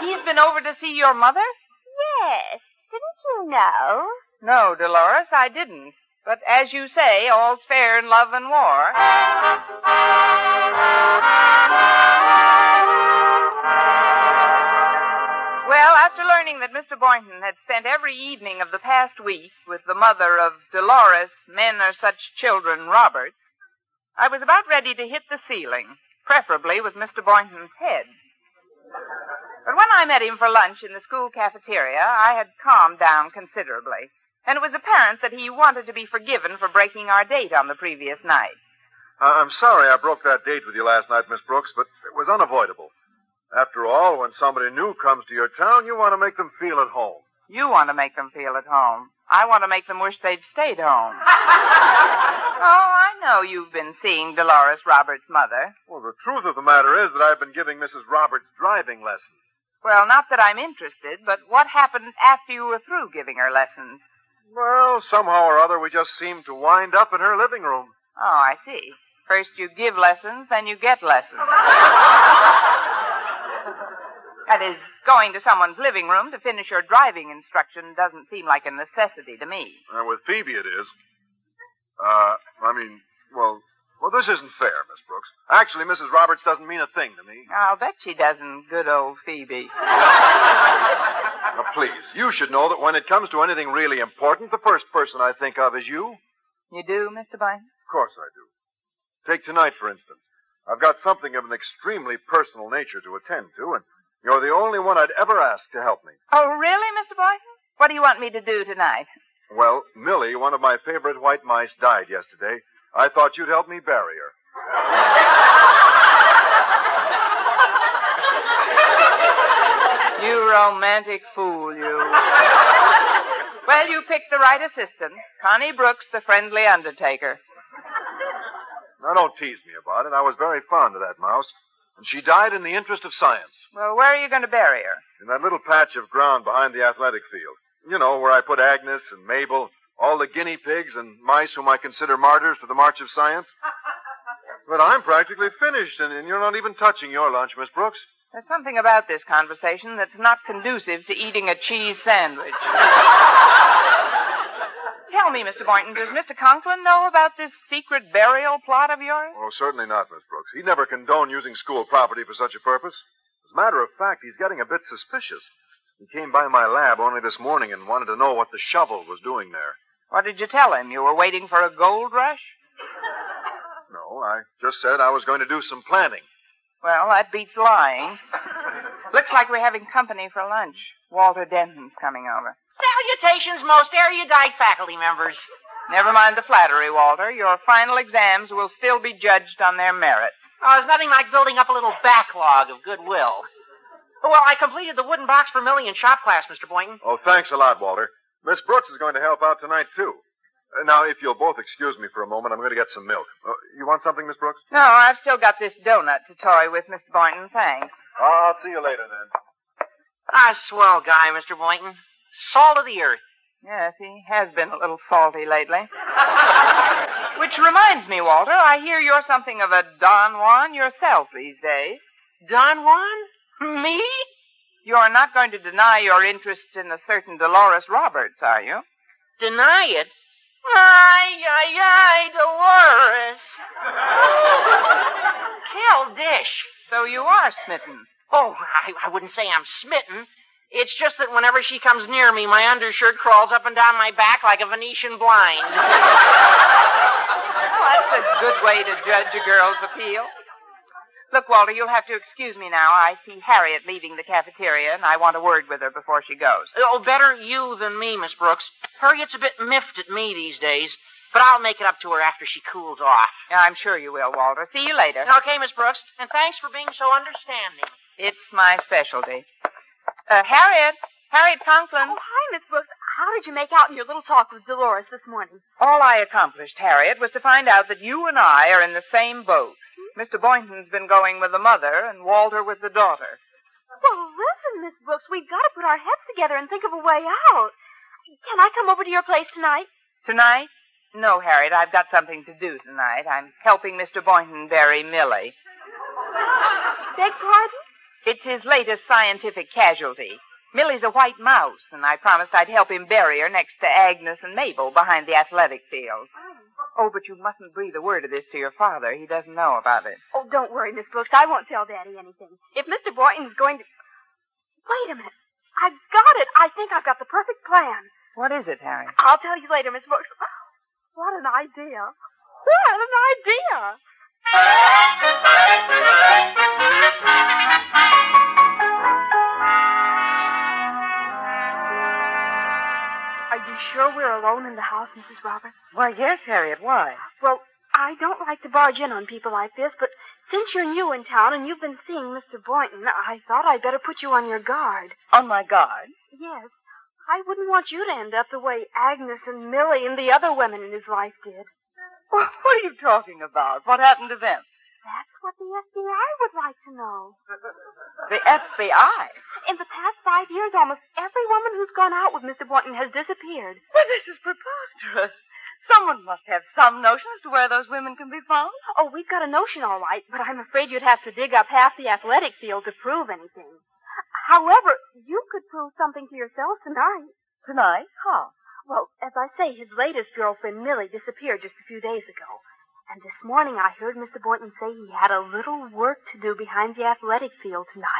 S17: He's been over to see your mother?
S20: Yes. Didn't you know?
S17: No, Dolores, I didn't. But as you say, all's fair in love and war. Well, after learning that Mr. Boynton had spent every evening of the past week with the mother of Dolores, men are such children, Roberts, I was about ready to hit the ceiling, preferably with Mr. Boynton's head. But when I met him for lunch in the school cafeteria, I had calmed down considerably, and it was apparent that he wanted to be forgiven for breaking our date on the previous night.
S16: I- I'm sorry I broke that date with you last night, Miss Brooks, but it was unavoidable. After all, when somebody new comes to your town, you want to make them feel at home.
S17: You want to make them feel at home. I want to make them wish they'd stayed home. oh, I know you've been seeing Dolores Roberts' mother.
S16: Well, the truth of the matter is that I've been giving Mrs. Roberts driving lessons.
S17: Well, not that I'm interested, but what happened after you were through giving her lessons?
S16: Well, somehow or other, we just seemed to wind up in her living room.
S17: Oh, I see. First you give lessons, then you get lessons. that is, going to someone's living room to finish your driving instruction doesn't seem like a necessity to me.
S16: Uh, with Phoebe, it is. Uh, I mean, well, well, this isn't fair, Miss Brooks. Actually, Mrs. Roberts doesn't mean a thing to me.
S17: I'll bet she doesn't, good old Phoebe.
S16: Now, please, you should know that when it comes to anything really important, the first person I think of is you.
S17: You do, Mr. Bynton?
S16: Of course I do. Take tonight, for instance. I've got something of an extremely personal nature to attend to, and you're the only one I'd ever ask to help me.
S17: Oh, really, Mr. Boynton? What do you want me to do tonight?
S16: Well, Millie, one of my favorite white mice, died yesterday. I thought you'd help me bury her.
S17: You romantic fool, you. Well, you picked the right assistant. Connie Brooks, the friendly undertaker.
S16: Now, don't tease me about it. I was very fond of that mouse. And she died in the interest of science,
S17: Well, where are you going to bury her?
S16: in that little patch of ground behind the athletic field. You know, where I put Agnes and Mabel, all the guinea pigs and mice whom I consider martyrs to the march of science. But I'm practically finished, and, and you're not even touching your lunch, Miss Brooks.
S17: There's something about this conversation that's not conducive to eating a cheese sandwich. Tell me, Mr. Boynton, does Mr. Conklin know about this secret burial plot of yours?
S16: Oh, certainly not, Miss Brooks. He'd never condone using school property for such a purpose. As a matter of fact, he's getting a bit suspicious. He came by my lab only this morning and wanted to know what the shovel was doing there.
S17: What did you tell him? You were waiting for a gold rush?
S16: No, I just said I was going to do some planning.
S17: Well, that beats lying. Looks like we're having company for lunch. Walter Denton's coming over.
S21: Salutations, most erudite faculty members.
S17: Never mind the flattery, Walter. Your final exams will still be judged on their merits.
S21: Oh, there's nothing like building up a little backlog of goodwill. Well, I completed the wooden box vermilion shop class, Mr. Boynton.
S16: Oh, thanks a lot, Walter. Miss Brooks is going to help out tonight, too. Uh, Now, if you'll both excuse me for a moment, I'm going to get some milk. Uh, you want something, Miss Brooks?
S17: No, I've still got this donut to toy with, Mr. Boynton. Thanks.
S16: I'll see you later, then.
S21: Ah, swell guy, Mr. Boynton. Salt of the earth.
S17: Yes, he has been a little salty lately. Which reminds me, Walter, I hear you're something of a Don Juan yourself these days.
S21: Don Juan? Me?
S17: You're not going to deny your interest in a certain Dolores Roberts, are you?
S21: Deny it? Ay, ay, ay, Dolores. Hell dish.
S17: So you are smitten.
S21: Oh, I, I wouldn't say I'm smitten. It's just that whenever she comes near me, my undershirt crawls up and down my back like a Venetian blind.
S17: Well, Oh, that's a good way to judge a girl's appeal. Look, Walter, you'll have to excuse me now. I see Harriet leaving the cafeteria, and I want a word with her before she goes.
S21: Oh, better you than me, Miss Brooks. Harriet's a bit miffed at me these days, but I'll make it up to her after she cools off.
S17: Yeah, I'm sure you will, Walter. See you later.
S21: Okay, Miss Brooks, and thanks for being so understanding.
S17: It's my specialty. Uh, Harriet. Harriet Conklin.
S19: Oh, hi, Miss Brooks. How did you make out in your little talk with Dolores this morning?
S17: All I accomplished, Harriet, was to find out that you and I are in the same boat. Mr. Boynton's been going with the mother, and Walter with the daughter.
S19: Well, listen, Miss Brooks, we've got to put our heads together and think of a way out. Can I come over to your place tonight?
S17: Tonight? No, Harriet, I've got something to do tonight. I'm helping Mr. Boynton bury Millie.
S19: Beg pardon?
S17: It's his latest scientific casualty. Millie's a white mouse, and I promised I'd help him bury her next to Agnes and Mabel behind the athletic field. Oh, but you mustn't breathe a word of this to your father. He doesn't know about it.
S19: Oh, don't worry, Miss Brooks. I won't tell Daddy anything. If Mr. Boynton's going to. Wait a minute. I've got it. I think I've got the perfect plan.
S17: What is it, Harriet?
S19: I'll tell you later, Miss Brooks. What an idea. What an idea. Are you sure we're alone in the house, Mrs. Roberts?
S21: Why, yes, Harriet, why?
S19: Well, I don't like to barge in on people like this, but since you're new in town and you've been seeing Mr. Boynton, I thought I'd better put you on your guard.
S21: On my guard?
S19: Yes. I wouldn't want you to end up the way Agnes and Millie and the other women in his life did.
S21: What are you talking about? What happened to them?
S19: That's what the FBI would like to know.
S21: The FBI?
S19: In the past five years, almost every woman who's gone out with Mr. Boynton has disappeared.
S21: Well, this is preposterous. Someone must have some notion as to where those women can be found.
S19: Oh, we've got a notion, all right, but I'm afraid you'd have to dig up half the athletic field to prove anything. However, you could prove something to yourself tonight.
S21: Tonight? How?
S19: Well, as I say, his latest girlfriend, Millie, disappeared just a few days ago. And this morning I heard Mr. Boynton say he had a little work to do behind the athletic field tonight.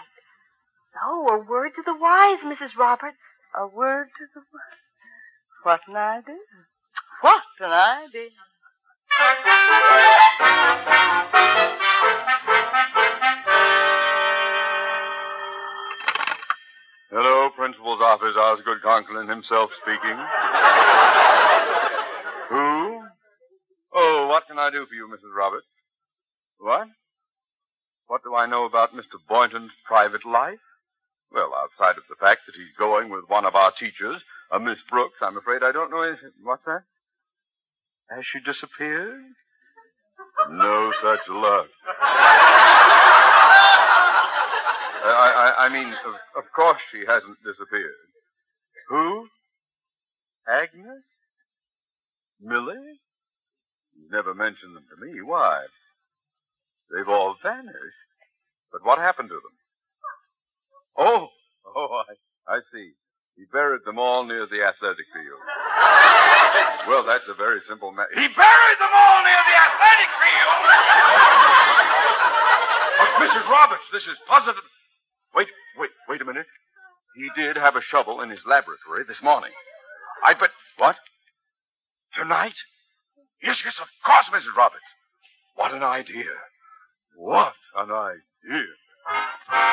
S19: So, a word to the wise, Mrs. Roberts.
S21: A word to the wise. What an idea. What an idea.
S22: Hello, Principal's office, Osgood Conklin himself speaking. Who? Oh, what can I do for you, Mrs. Roberts? What? What do I know about Mr. Boynton's private life? Well, outside of the fact that he's going with one of our teachers Uh, Miss Brooks, I'm afraid I don't know anything. What's that? Has she disappeared? No such luck. I, I, I mean, of, of course she hasn't disappeared. Who? Agnes? Millie? You've never mentioned them to me. Why? They've all vanished. But what happened to them? Oh, oh, I, I see. He buried them all near the athletic field. Well, that's a very simple matter. He
S6: Buried them all near the athletic field.
S22: But Mrs. Roberts, this is positive. Wait, wait, wait a minute. He did have a shovel in his laboratory this morning. I bet. What? Tonight? Yes, yes, of course, Mrs. Roberts. What an idea. What an idea.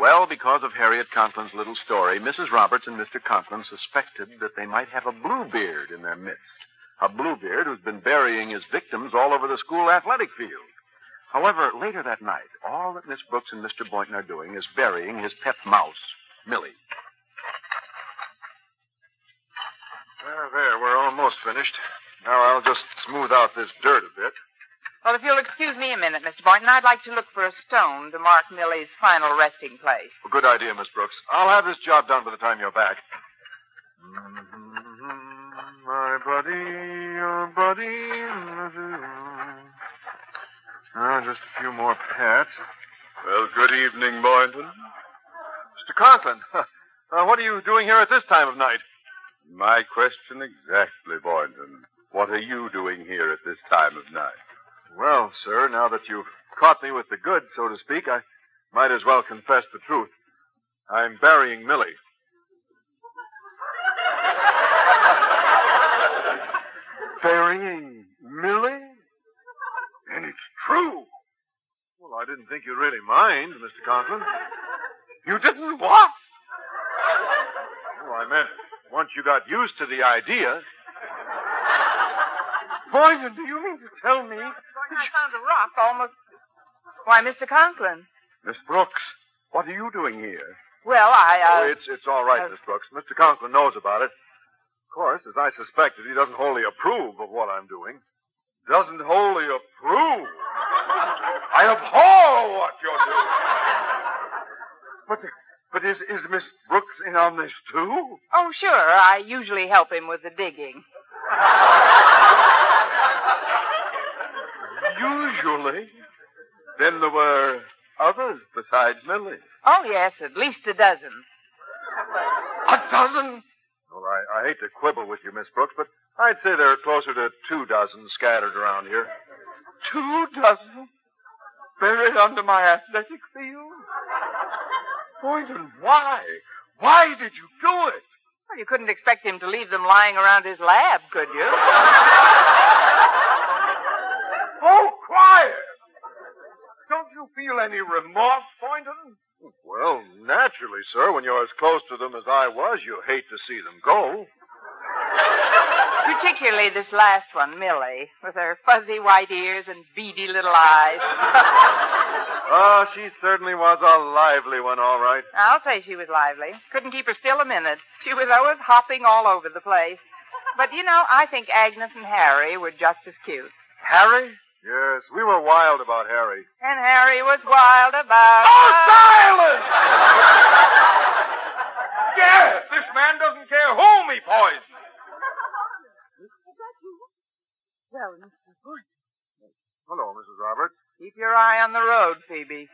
S11: Well, because of Harriet Conklin's little story, Mrs. Roberts and Mr. Conklin suspected that they might have a bluebeard in their midst. A bluebeard who's been burying his victims all over the school athletic field. However, later that night, all that Miss Brooks and Mr. Boynton are doing is burying his pet mouse, Millie.
S16: There, there, we're almost finished. Now I'll just smooth out this dirt a bit.
S17: Well, if you'll excuse me a minute, Mr. Boynton, I'd like to look for a stone to mark Millie's final resting place.
S16: Well, good idea, Miss Brooks. I'll have this job done by the time you're back. My buddy, your buddy. Oh, just a few more pats. Well, good evening, Boynton. Mr. Conklin, uh, what are you doing here at this time of night?
S22: My question exactly, Boynton. What are you doing here at this time of night?
S16: Well, sir, now that you've caught me with the goods, so to speak, I might as well confess the truth. I'm burying Millie. burying Millie? And it's true. Well, I didn't think you really mind, Mr. Conklin. You didn't what? Well, Oh, I meant once you got used to the idea. Boynton, do you mean to tell me?
S17: I found a rock almost. Why, Mr. Conklin.
S16: Miss Brooks, what are you doing here?
S17: Well,
S16: oh,
S17: I, uh.
S16: it's, it's all right, Miss Brooks. Mr. Conklin knows about it. Of course, as I suspected, he doesn't wholly approve of what I'm doing. Doesn't wholly approve? I abhor what you're doing. But, but is, is Miss Brooks in on this too?
S17: Oh, sure. I usually help him with the digging.
S22: Usually. Then there were others besides Millie.
S17: Oh, yes, at least a dozen.
S16: A dozen? Well, I, I hate to quibble with you, Miss Brooks, but I'd say there are closer to two dozen scattered around here.
S6: Two dozen buried under my athletic field.
S16: Boynton, why? Why did you do it?
S17: Well, you couldn't expect him to leave them lying around his lab, could you?
S6: Oh, quiet! Don't you feel any remorse, Boynton?
S16: Well, naturally, sir, when you're as close to them as I was, you hate to see them go.
S17: Particularly this last one, Millie, with her fuzzy white ears and beady little eyes.
S16: Oh, she certainly was a lively one, all right.
S17: I'll say she was lively. Couldn't keep her still a minute. She was always hopping all over the place. But, you know, I think Agnes and Harry were just as cute.
S16: Harry? Yes, we were wild about Harry.
S17: And Harry was wild about.
S22: Oh,
S6: Yes, this man doesn't care whom he poisons.
S17: Well, Mr. Boynton.
S16: Hello, Mrs. Roberts.
S17: Keep your eye on the road, Phoebe.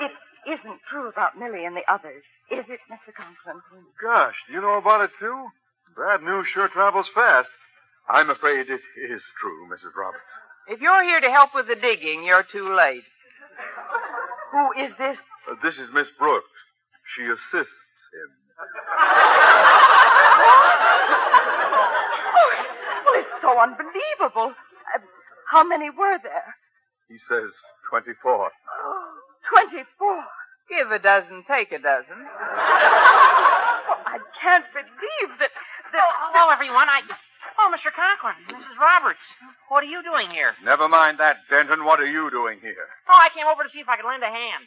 S18: It isn't true about Millie and the others, is it, Mr. Conklin?
S16: Gosh, do you know about it, too? Bad news sure travels fast. I'm afraid it is true, Mrs. Roberts.
S17: If you're here to help with the digging, you're too late. Who is this?
S16: Uh, this is Miss Brooks. She assists him.
S21: Oh,
S6: Well, it's so unbelievable.
S21: Um,
S6: Uh, how many were there?
S16: He says 24.
S17: Twenty-four. Give a dozen, take a dozen.
S21: I can't believe that. that... Oh, hello, everyone. I Oh, Mr. Conklin, Mrs. Roberts, what are you doing here?
S22: Never mind that, Denton. What are you doing here?
S21: Oh, I came over to see if I could lend a hand.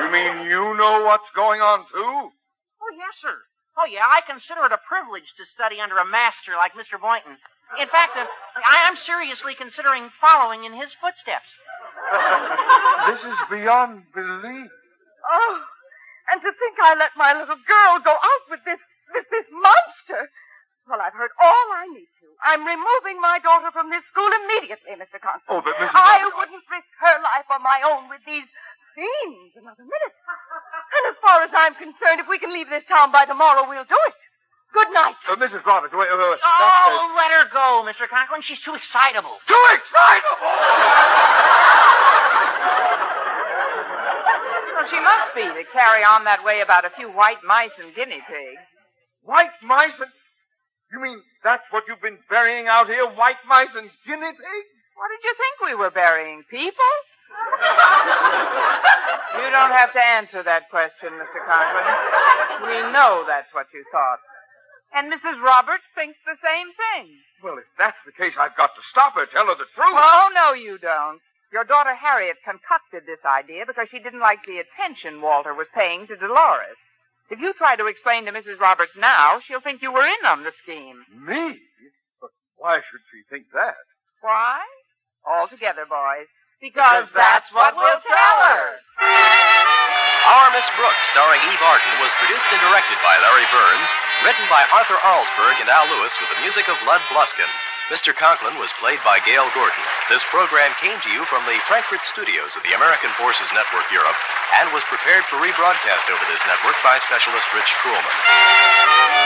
S22: You mean you know what's going on, too?
S21: Oh, yes, sir. Oh, yeah, I consider it a privilege to study under a master like Mr. Boynton. In fact, uh, I- I'm seriously considering following in his footsteps.
S16: This is beyond belief.
S19: Oh, and to think I let my little girl go out with this with this monster. Well, I've heard all I need to. I'm removing my daughter from this school immediately, Mr. Conklin.
S22: Oh, but Mrs.
S19: I wouldn't risk her life or my own with these fiends another minute. And as far as I'm concerned, if we can leave this town by tomorrow, we'll do it. Good night.
S22: Uh, Mrs. Roberts, wait, wait, wait.
S21: Oh, let her go, Mr. Conklin. She's too excitable.
S22: Too excitable?
S17: Well, she must be to carry on that way about a few white mice and guinea pigs.
S22: White mice and... You mean that's what you've been burying out here? White mice and guinea pigs?
S17: What did you think we were burying? People? You don't have to answer that question, Mr. Conklin. We know that's what you thought. And Mrs. Roberts thinks the same thing.
S22: Well, if that's the case, I've got to stop her, tell her the truth.
S17: Oh, no, you don't. Your daughter Harriet concocted this idea because she didn't like the attention Walter was paying to Dolores. If you try to explain to Mrs. Roberts now, she'll think you were in on the scheme.
S22: Me? But why should she think that?
S17: Why? All together, boys. Because,
S8: Because
S17: that's, what we'll tell her.
S1: Our Miss Brooks, starring Eve Arden, was produced and directed by Larry Burns, written by Arthur Arlsberg and Al Lewis with the music of Lud Bluskin. Mr. Conklin was played by Gail Gordon. This program came to you from the Frankfurt studios of the American Forces Network Europe and was prepared for rebroadcast over this network by specialist Rich Kuhlman.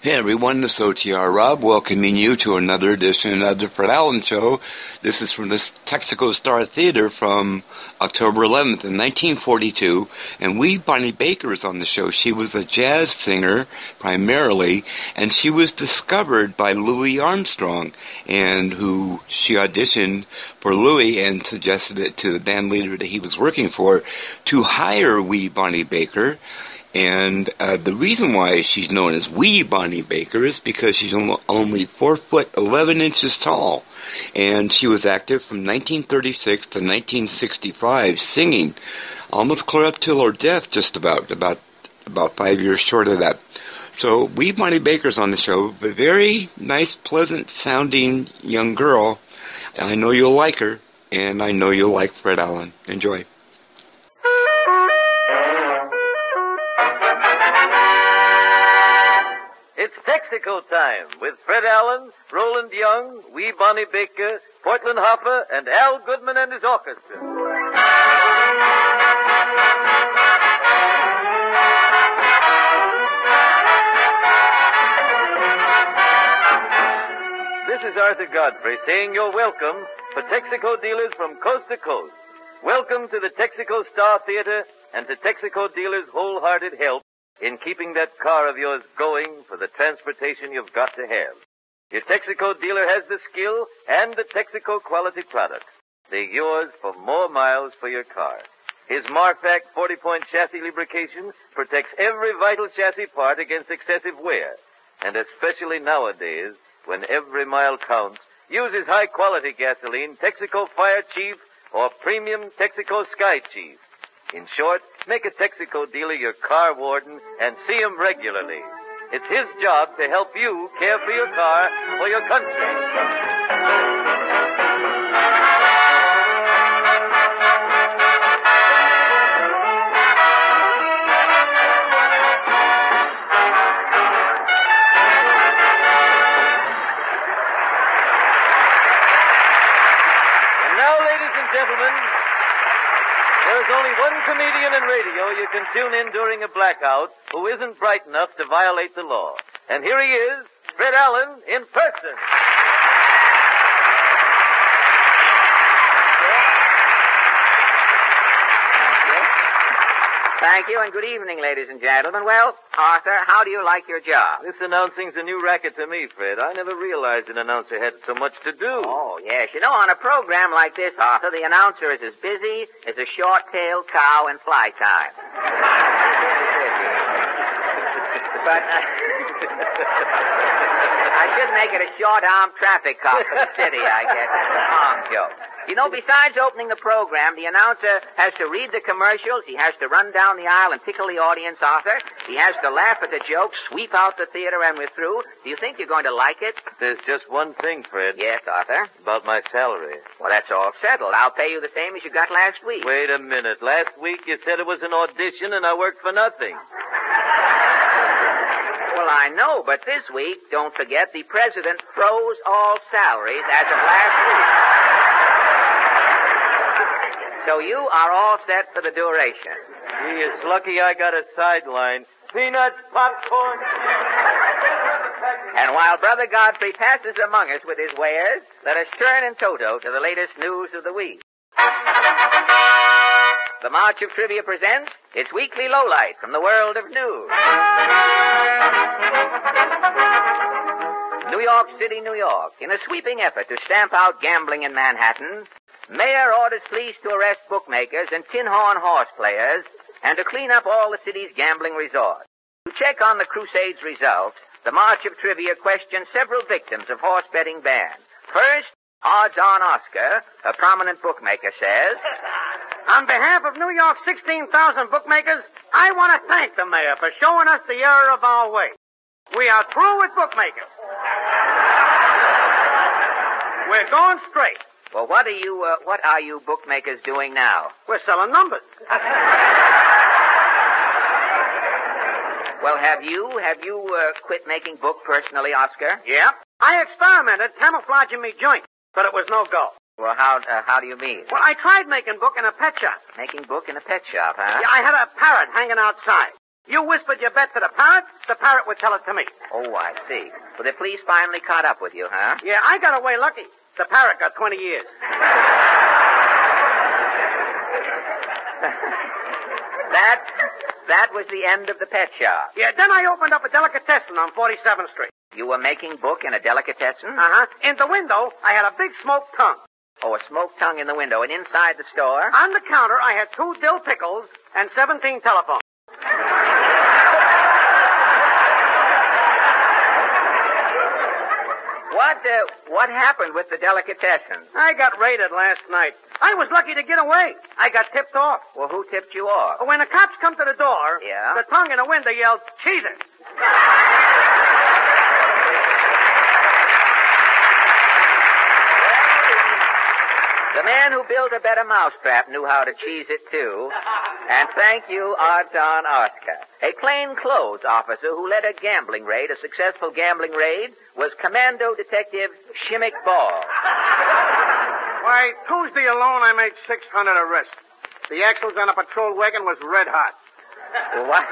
S15: Hey everyone, this is OTR Rob welcoming you to another edition of the Fred Allen Show. This is from the Texaco Star Theater from October 11th in 1942, and we, Bonnie Baker, is on the show. She was a jazz singer primarily, and she was discovered by Louis Armstrong, and who she auditioned for Louis and suggested it to the band leader that he was working for to hire Wee Bonnie Baker. And uh, the reason why she's known as Wee Bonnie Baker is because she's on- only four foot eleven inches tall, and she was active from 1936 to 1965, singing almost clear up till her death, just about about about five years short of that. So Wee Bonnie Baker's on the show, a very nice, pleasant sounding young girl. I know you'll like her, and I know you'll like Fred Allen. Enjoy.
S23: It's Texaco time with Fred Allen, Roland Young, Wee Bonnie Baker, Portland Hopper, and Al Goodman and his orchestra. This is Arthur Godfrey saying you're welcome for Texaco dealers from coast to coast. Welcome to the Texaco Star Theater and to Texaco dealers' wholehearted help in keeping that car of yours going for the transportation you've got to have. Your Texaco dealer has the skill and the Texaco quality products. They're yours for more miles for your car. His Markvac 40-point chassis lubrication protects every vital chassis part against excessive wear. And especially nowadays, when every mile counts, use his high-quality gasoline, Texaco Fire Chief or Premium Texaco Sky Chief. In short, make a Texaco dealer your car warden and see him regularly. It's his job to help you care for your car or your country. And now, ladies and gentlemen, there there's only one comedian in radio you can tune in during a blackout who isn't bright enough to violate the law. And here he is, Fred Allen, in person.
S9: Thank you, and good evening, ladies and gentlemen. Well, Arthur, how do you like your job?
S23: This announcing's a new racket to me, Fred. I never realized an announcer had so much to do.
S9: Oh, yes. You know, on a program like this, Arthur, the announcer is as busy as a short-tailed cow in fly time. but uh, I should make it a short-arm traffic cop for the city, I guess. It's an arm joke. You know, besides opening the program, the announcer has to read the commercials. He has to run down the aisle and tickle the audience, Arthur. He has to laugh at the jokes, sweep out the theater, and we're through. Do you think you're going to like it?
S23: There's just one thing, Fred.
S9: Yes, Arthur.
S23: About my salary.
S9: Well, that's all settled. I'll pay you the same as you got last week.
S23: Wait a minute. Last week you said it was an audition and I worked for nothing.
S9: Well, I know, but this week, don't forget, the president froze all salaries as of last week. So you are all set for the duration.
S23: Gee, it's lucky I got a sideline. Peanuts, popcorn.
S9: And while Brother Godfrey passes among us with his wares, let us turn in toto to the latest news of the week. The March of Trivia presents its weekly lowlight from the world of news. New York City, New York. In a sweeping effort to stamp out gambling in Manhattan, mayor orders police to arrest bookmakers and tin horn horse players and to clean up all the city's gambling resorts. To check on the crusade's results, the March of Trivia questioned several victims of horse betting ban. First, odds on Oscar, a prominent bookmaker, says,
S13: On behalf of New York's 16,000 bookmakers, I want to thank the mayor for showing us the error of our way. We are through with bookmakers. We're going straight.
S9: Well, what are you, uh, what are you bookmakers doing now?
S13: We're selling numbers.
S9: Well, have you, have you, uh, quit making book personally, Oscar?
S13: Yep. I experimented camouflaging me joint, but it was no go.
S9: Well, how, uh, how do you mean?
S13: Well, I tried making book in a pet shop.
S9: Making book in a pet shop, huh?
S13: Yeah, I had a parrot hanging outside. You whispered your bet to the parrot, the parrot would tell it to me.
S9: Oh, I see. Well, the police finally caught up with you, huh?
S13: Yeah, I got away lucky. The parrot got 20 years.
S9: that, that was the end of the pet shop.
S13: Yeah, then I opened up a delicatessen on 47th Street.
S9: You were making book in a delicatessen?
S13: Uh-huh. In the window, I had a big smoked tongue.
S9: Oh, a smoked tongue in the window. And inside the store?
S13: On the counter, I had two dill pickles and 17 telephones.
S9: What uh, what happened with the delicatessen?
S13: I got raided last night. I was lucky to get away. I got tipped off.
S9: Well, who tipped you off?
S13: When the cops come to the door,
S9: Yeah?
S13: the tongue in the window yelled, "Cheater!"
S9: The man who built a better mousetrap knew how to cheese it too. And thank you, Odds on Oscar. A plainclothes officer who led a gambling raid, a successful gambling raid, was Commando Detective Shimmick Ball.
S13: Why, Tuesday alone, I made 600 arrests. The axles on a patrol wagon was red hot.
S9: What?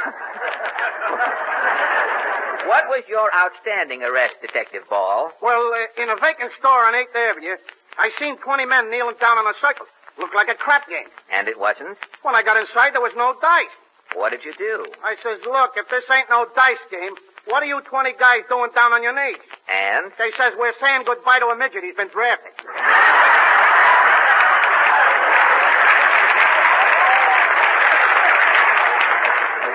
S9: What was your outstanding arrest, Detective Ball?
S13: Well, uh, in a vacant store on 8th Avenue, I seen 20 men kneeling down on a cycle. Looked like a trap game.
S9: And it wasn't?
S13: When I got inside, there was no dice.
S9: What did you do?
S13: I says, look, if this ain't no dice game, what are you 20 guys doing down on your knees?
S9: And?
S13: They says, we're saying goodbye to a midget. He's been drafted.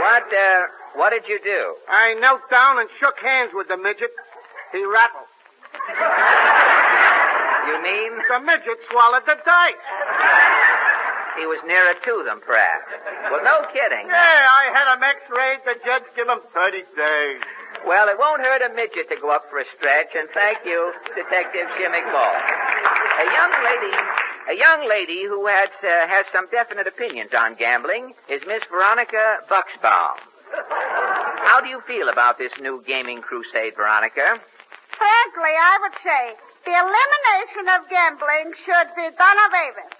S9: What, uh, what did you do?
S13: I knelt down and shook hands with the midget. He rattled.
S9: You mean?
S13: The midget swallowed the dice.
S9: He was nearer to them, perhaps. Well, no kidding.
S13: Yeah, I had him x-rayed. The judge give him 30 days.
S9: Well, it won't hurt a midget to go up for a stretch, and thank you, Detective Shimmick Ball. A young lady, a young lady who has, uh, has some definite opinions on gambling is Miss Veronica Buxbaum. How do you feel about this new gaming crusade, Veronica?
S24: Frankly, I would say the elimination of gambling should be done away with.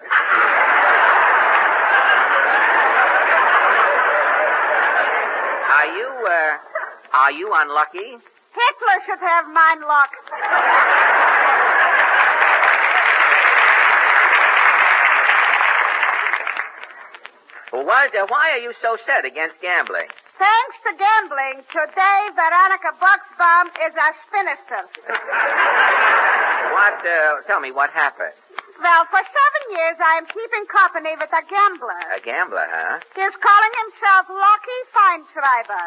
S9: Are you, uh, are you unlucky?
S24: Hitler should have mine luck.
S9: Well, why, uh, why are you so set against gambling?
S24: Thanks to gambling, today Veronica Buxbaum is a spinster.
S9: What, uh, tell me what happened?
S24: Well, for seven years I am keeping company with a gambler.
S9: A gambler, huh?
S24: He's calling himself Lucky Feinschreiber.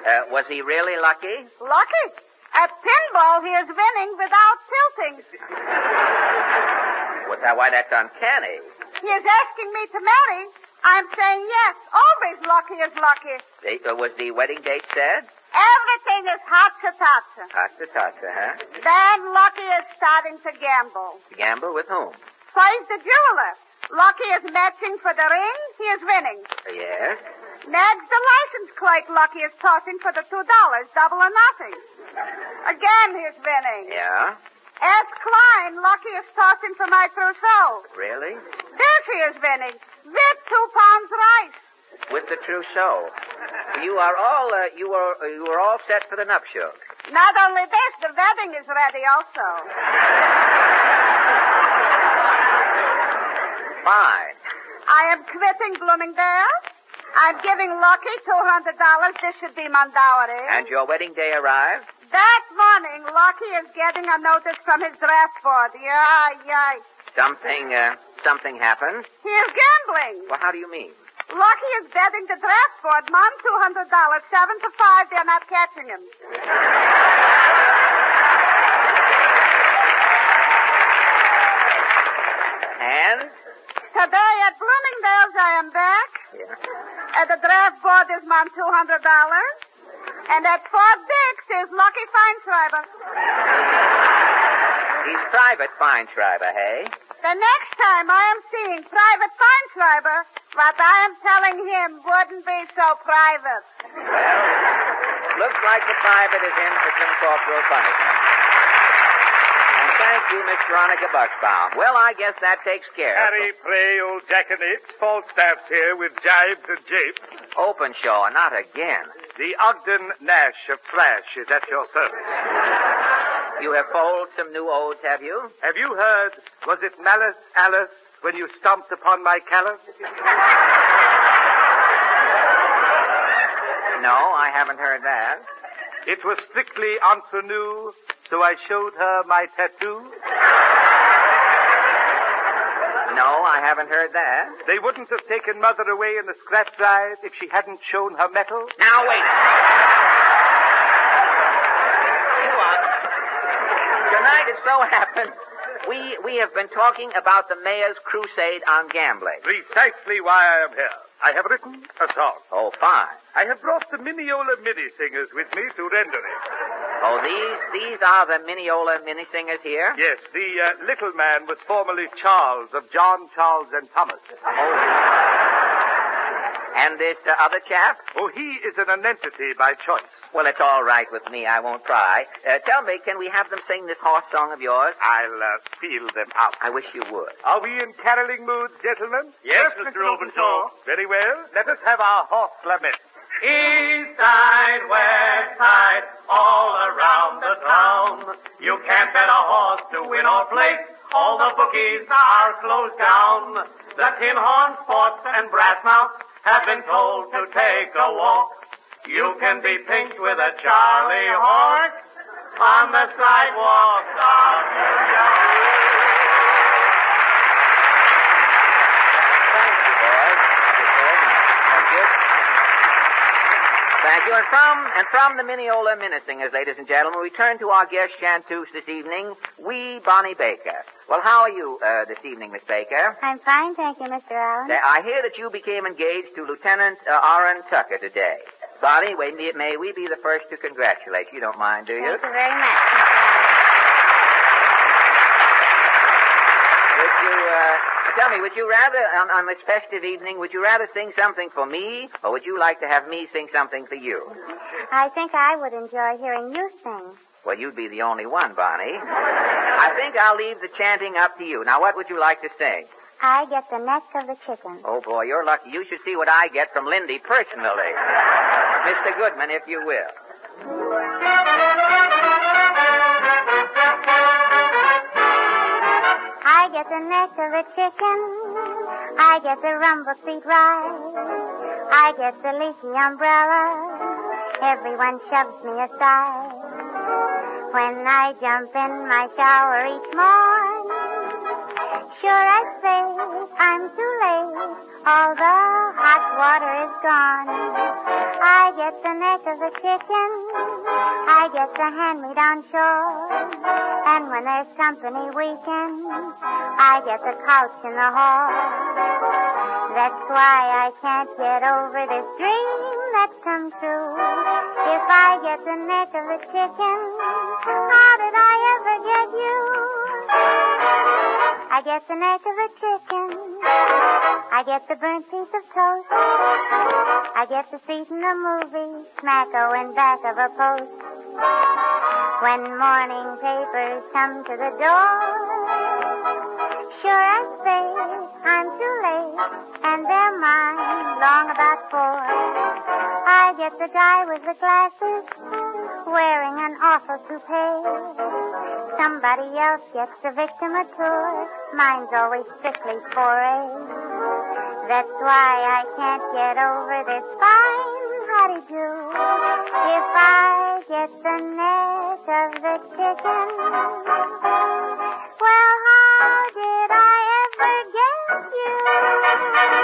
S9: Uh, was he really lucky?
S24: Lucky? At pinball, he is winning without tilting.
S9: What's that? Why, that's uncanny.
S24: He is asking me to marry. I'm saying yes. Always lucky is lucky.
S9: They, uh, was the wedding date said?
S24: Everything is hot to tata.
S9: Tata tata, huh?
S24: Then Lucky is starting to gamble.
S9: Gamble with whom?
S24: Plays the jeweler. Lucky is matching for the ring. He is winning.
S9: Yes.
S24: Ned's the license clerk. Lucky is tossing for the two dollars, double or nothing. Again, he is winning.
S9: Yeah?
S24: S. Klein, Lucky is tossing for my trousseau.
S9: Really?
S24: There she is winning. With two pounds rice.
S9: With the trousseau. You are all, uh, you are, you are all set for the nuptials.
S24: Not only this, the wedding is ready also.
S9: Fine.
S24: I am quitting Bloomingdale. I'm giving Lucky $200. This should be my dowry.
S9: And your wedding day arrived?
S24: That morning, Lucky is getting a notice from his draft board. Yeah, yeah.
S9: Something, uh, something happened?
S24: He is gambling.
S9: Well, how do you mean?
S24: Lucky is betting the draft board, Mom, $200. Seven to five, they're not catching him.
S9: And?
S24: Today at Bloomingdale's, I am back. At the draft board is Mom, $200. And at Fort Dix is Lucky Feinschreiber.
S9: He's private Feinschreiber, hey?
S24: The next time I am seeing Private Feinschreiber, what I am telling him wouldn't be so private.
S9: Looks like the private is in for some corporal punishment. And thank you, Miss Veronica Buckbaum. Well, I guess that takes care of
S13: Harry, play old jackanapes. Falstaff's here with jibes and japes.
S9: Openshaw, not again.
S13: The Ogden Nash of Flash is at your service.
S9: You have bowled some new odes, have you?
S13: Have you heard, was it malice Alice when you stomped upon my callus?
S9: No, I haven't heard that.
S13: It was strictly ingenue, so I showed her my tattoo.
S9: No, I haven't heard that.
S13: They wouldn't have taken mother away in the scrap drive if she hadn't shown her metal.
S9: Now, wait. You are... Tonight it so happened we, we have been talking about the mayor's crusade on gambling.
S13: Precisely why I am here. I have written a song.
S9: Oh, fine.
S13: I have brought the Mineola mini singers with me to render it.
S9: Oh, these these are the Mineola mini singers here?
S13: Yes, the uh, little man was formerly Charles of John, Charles, and Thomas.
S9: Oh. And this uh, other chap?
S13: Oh, he is an entity by choice.
S9: Well, it's all right with me. I won't pry. Uh, tell me, can we have them sing this horse song of yours?
S13: I'll uh, feel them out.
S9: I wish you would.
S13: Are we in caroling mood, gentlemen? Yes, Mr. Openshaw. Very well. Let us have our horse lament.
S5: East side, west side, all around the town. You can't bet a horse to win or place. All the bookies are closed down. The Tin Horn Sports and Brass Mouse have been told to take a walk. You can be pinked with a Charlie horse on the sidewalk of New York.
S9: Thank you, boys. Thank you. Thank you. And from, and from the Mineola Minisingers, ladies and gentlemen, we turn to our guest chanteuse this evening, Wee Bonnie Baker. Well, how are you uh, this evening, Miss Baker?
S14: I'm fine, thank you, Mr. Allen.
S9: I hear that you became engaged to Lieutenant uh, Aaron Tucker today. Bonnie, wait, may- may we be the first to congratulate you. Don't mind, do you?
S14: Thank you very much.
S9: Would you uh, tell me? Would you rather on, on this festive evening? Would you rather sing something for me, or would you like to have me sing something for you?
S14: I think I would enjoy hearing you sing.
S9: Well, you'd be the only one, Bonnie. I think I'll leave the chanting up to you. Now, what would you like to sing?
S14: I get the necks of the chickens.
S9: Oh, boy, you're lucky. You should see what I get from Lindy personally. Mr. Goodman, if you will.
S14: I get the neck of a chicken. I get the rumble feet ride. I get the leaky umbrella. Everyone shoves me aside. When I jump in my shower each morn, sure I say I'm too late. All the hot water is gone. I get the neck of a chicken. I get the hand-me-down shawl. And when there's company weekend, I get the couch in the hall. That's why I can't get over this dream that's come true. If I get the neck of a chicken, how did I ever get you? I get the neck of a chicken. I get the burnt piece of toast. I get the seat in the movie, smacko in back of a post. When morning papers come to the door, sure I say I'm too late, and they're mine long about four. I get the guy with the glasses, wearing an awful toupee. Somebody else gets the victim a tour, mine's always strictly for a. That's why I can't get over this fine howdy do. If I get the neck of the chicken, well, how did I ever get you?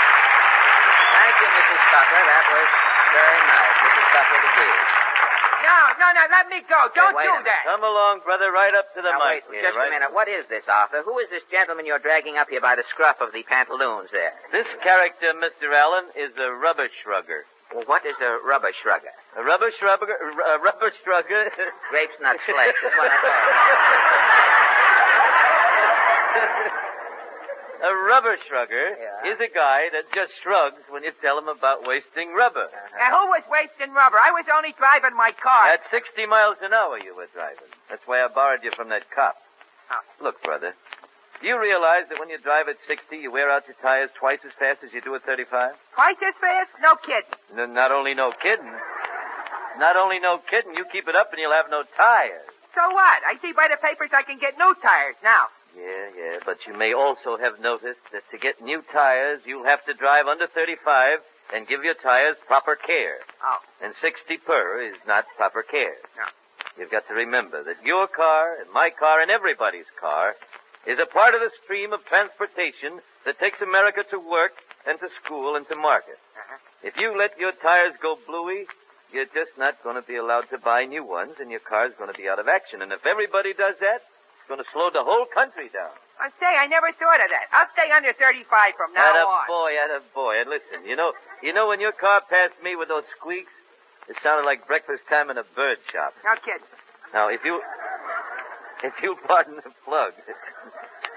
S9: Thank you, Mrs. Tucker. That was very nice. Mrs. Tucker to be.
S13: No, no, no, let me go. Don't
S9: wait
S13: do
S9: a minute.
S13: that.
S23: Come along, brother, right up to the
S9: Now,
S23: mic.
S9: wait, just a minute. What is this, Arthur? Who is this gentleman you're dragging up here by the scruff of the pantaloons there?
S23: This character, Mr. Allen, is a rubber shrugger.
S9: Well, what is a rubber shrugger?
S23: A rubber shrugger, a rubber shrugger.
S9: Grapes, nuts, flakes. That's what I
S23: a rubber shrugger is a guy that just shrugs when you tell him about wasting rubber.
S9: Uh-huh.
S17: Now, who was wasting rubber? I was only driving my car.
S23: At 60 miles an hour you were driving. That's why I borrowed you from that cop.
S17: Oh.
S23: Look, brother, do you realize that when you drive at 60, you wear out your tires twice as fast as you do at 35?
S17: Twice as fast? No kidding.
S23: No, not only no kidding, not only no kidding, you keep it up and you'll have no tires.
S17: So what? I see by the papers I can get new tires now.
S23: Yeah, yeah, but you may also have noticed that to get new tires, you'll have to drive under 35 and give your tires proper care.
S17: Oh.
S23: And 60 per is not proper care. You've got to remember that your car and my car and everybody's car is a part of the stream of transportation that takes America to work and to school and to market.
S9: uh-huh.
S23: If you let your tires go bluey, you're just not going to be allowed to buy new ones and your car's going to be out of action. And if everybody does that, it's going to slow the whole country down.
S17: I say, I never thought of that. I'll stay under 35 from now
S23: atta
S17: on.
S23: boy, atta boy. And listen, you know, you know when your car passed me with those squeaks, it sounded like breakfast time in a bird shop.
S17: No kidding.
S23: Now, if you, if you pardon the plug,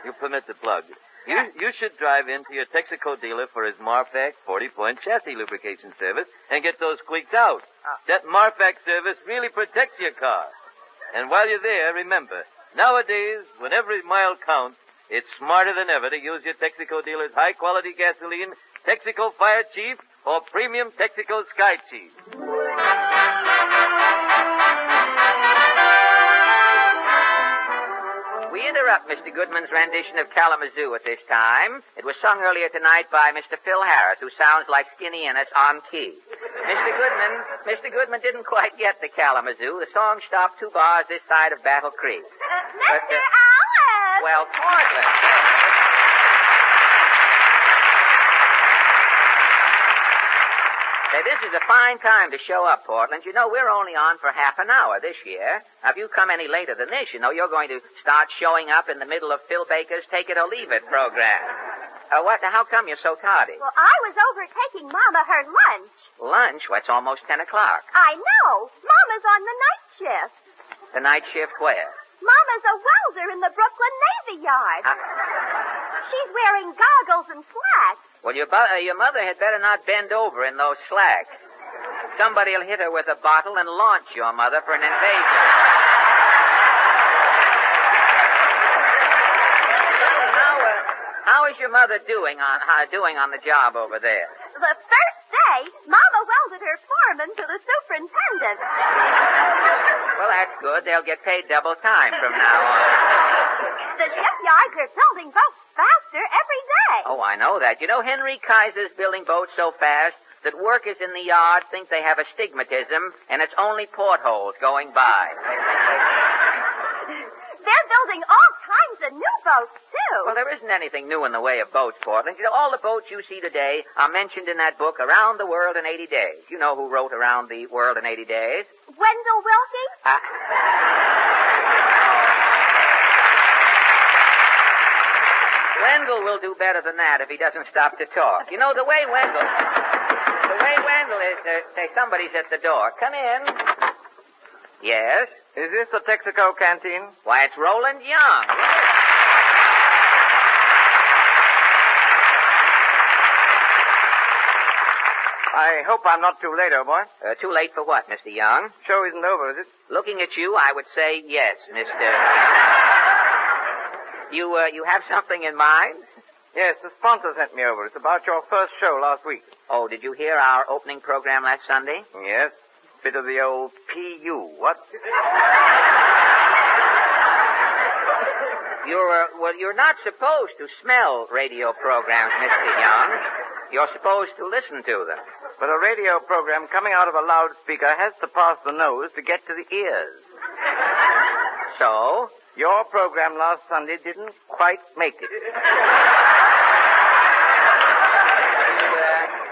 S23: you permit the plug. You, you should drive into your Texaco dealer for his Marfac 40-point chassis lubrication service and get those squeaks out. That Marfac service really protects your car. And while you're there, remember, nowadays, when every mile counts, it's smarter than ever to use your Texaco dealer's high-quality gasoline, Texaco Fire Chief, or premium Texaco Sky Chief.
S9: We interrupt Mr. Goodman's rendition of Kalamazoo at this time. It was sung earlier tonight by Mr. Phil Harris, who sounds like Skinny Ennis on key. Mr. Goodman, Mr. Goodman didn't quite get the Kalamazoo. The song stopped two bars this side of Battle Creek.
S24: Mr.
S9: But, uh,
S24: Allen!
S9: well, Portland. Say, this is a fine time to show up, Portland. You know, we're only on for half an hour this year. Now, if you come any later than this, you know, you're going to start showing up in the middle of Phil Baker's Take It or Leave It program. Uh, what? How come you're so tardy?
S20: Well, I was over taking Mama her lunch.
S9: Lunch? What's almost 10 o'clock?
S20: I know. Mama's on the night shift.
S9: The night shift where?
S20: Mama's a welder in the Brooklyn Navy Yard. She's wearing goggles and slacks.
S9: Well, your, bu- uh, your mother had better not bend over in those slacks. Somebody'll hit her with a bottle and launch your mother for an invasion. How, uh, how is your mother doing on uh, doing on the job over there?
S24: The first day, Mama welded her foreman to the superintendent.
S9: Well, that's good. They'll get paid double time from now on.
S24: the shipyards are building boats faster every day.
S9: Oh, I know that. You know, Henry Kaiser's building boats so fast that workers in the yard think they have astigmatism and it's only portholes going by.
S24: They're building all kinds of new boats, too.
S9: Well, there isn't anything new in the way of boats, Portland. You know, all the boats you see today are mentioned in that book, Around the World in 80 Days. You know who wrote Around the World in 80 Days?
S24: Wendell Wilkie?
S9: Uh, Wendell will do better than that if he doesn't stop to talk. You know, the way Wendell. The way Wendell is. Uh, say, somebody's at the door. Come in. Yes?
S13: Is this the Texaco canteen?
S9: Why, it's Roland Young.
S13: I hope I'm not too late, Oboy.
S9: Uh, too late for what, Mr. Young?
S13: Show isn't over, is it?
S9: Looking at you, I would say yes, Mr. you, uh, you have something in mind?
S13: Yes, the sponsor sent me over. It's about your first show last week.
S9: Oh, did you hear our opening program last Sunday?
S13: Yes. Bit of the old PU. What?
S9: You're, uh, well, you're not supposed to smell radio programs, Mr. Young. You're supposed to listen to them.
S13: But a radio program coming out of a loudspeaker has to pass the nose to get to the ears.
S9: So?
S13: Your program last Sunday didn't quite make it.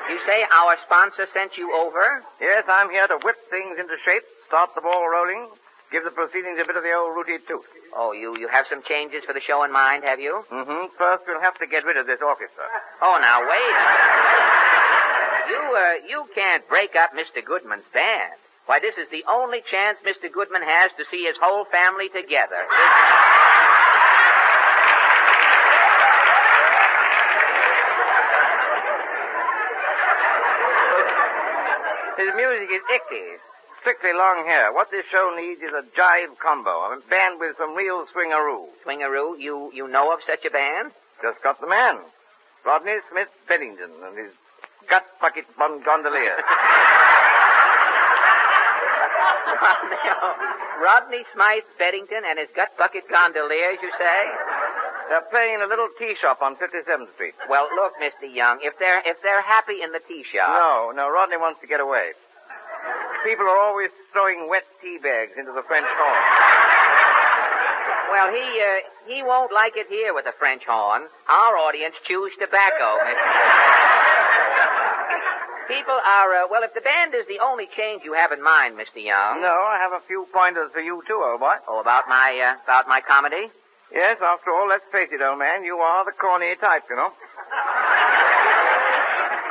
S9: You say our sponsor sent you over?
S13: Yes, I'm here to whip things into shape, start the ball rolling, give the proceedings a bit of the old rooty tooth.
S9: Oh, you, you have some changes for the show in mind, have you?
S13: Mm-hmm. First, we'll have to get rid of this orchestra.
S9: Oh, now, wait. a minute. you, uh, you can't break up Mr. Goodman's band. Why, this is the only chance Mr. Goodman has to see his whole family together.
S13: His music is icky, strictly long hair. What this show needs is a jive combo, a band with some real swingaroo.
S9: Swingaroo, you, you know of such a band?
S13: Just got the man, Rodney Smith Bennington, and his gut bucket bon gondolier.
S9: Rodney Smythe Beddington and his gut bucket gondoliers, you say?
S13: They're playing in a little tea shop on 57th Street.
S9: Well, look, Mr. Young, if they're if they're happy in the tea shop.
S13: No, no, Rodney wants to get away. People are always throwing wet tea bags into the French horn.
S9: Well, he uh, he won't like it here with the French horn. Our audience chews tobacco. Mr. People are uh, well. If the band is the only change you have in mind, Mr. Young.
S13: No, I have a few pointers for you too, old boy.
S9: Oh, about my uh, about my comedy.
S13: Yes, after all, let's face it, old man, you are the corny type, you know.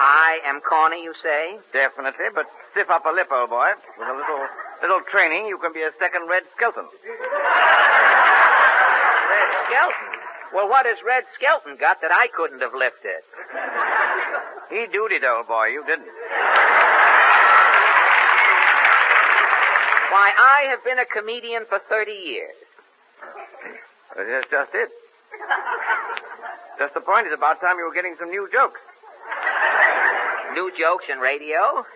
S9: I am corny, you say?
S13: Definitely, but stiff upper lip, old boy. With a little little training, you can be a second Red Skelton.
S9: Red Skelton. Well, what has Red Skelton got that I couldn't have lifted?
S13: He doed it, old boy. You didn't.
S9: Why, I have been a comedian for 30 years.
S13: Well, That's just it. Just the point. It's about time you were getting some new jokes.
S9: New jokes in radio?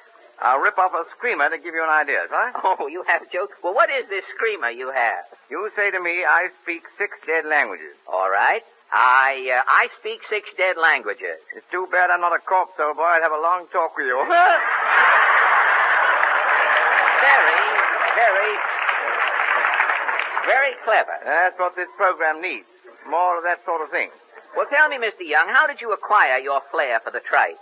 S13: I'll rip off a screamer to give you an idea, right?
S9: Oh, you have jokes? Well, what is this screamer you have?
S13: You say to me, I speak six dead languages.
S9: All right. I, uh, I speak six dead languages.
S13: It's too bad I'm not a corpse, old boy. I'd have a long talk with you.
S9: Very, very, very clever.
S13: That's what this program needs. More of that sort of thing.
S9: Well, tell me, Mr. Young, how did you acquire your flair for the trite?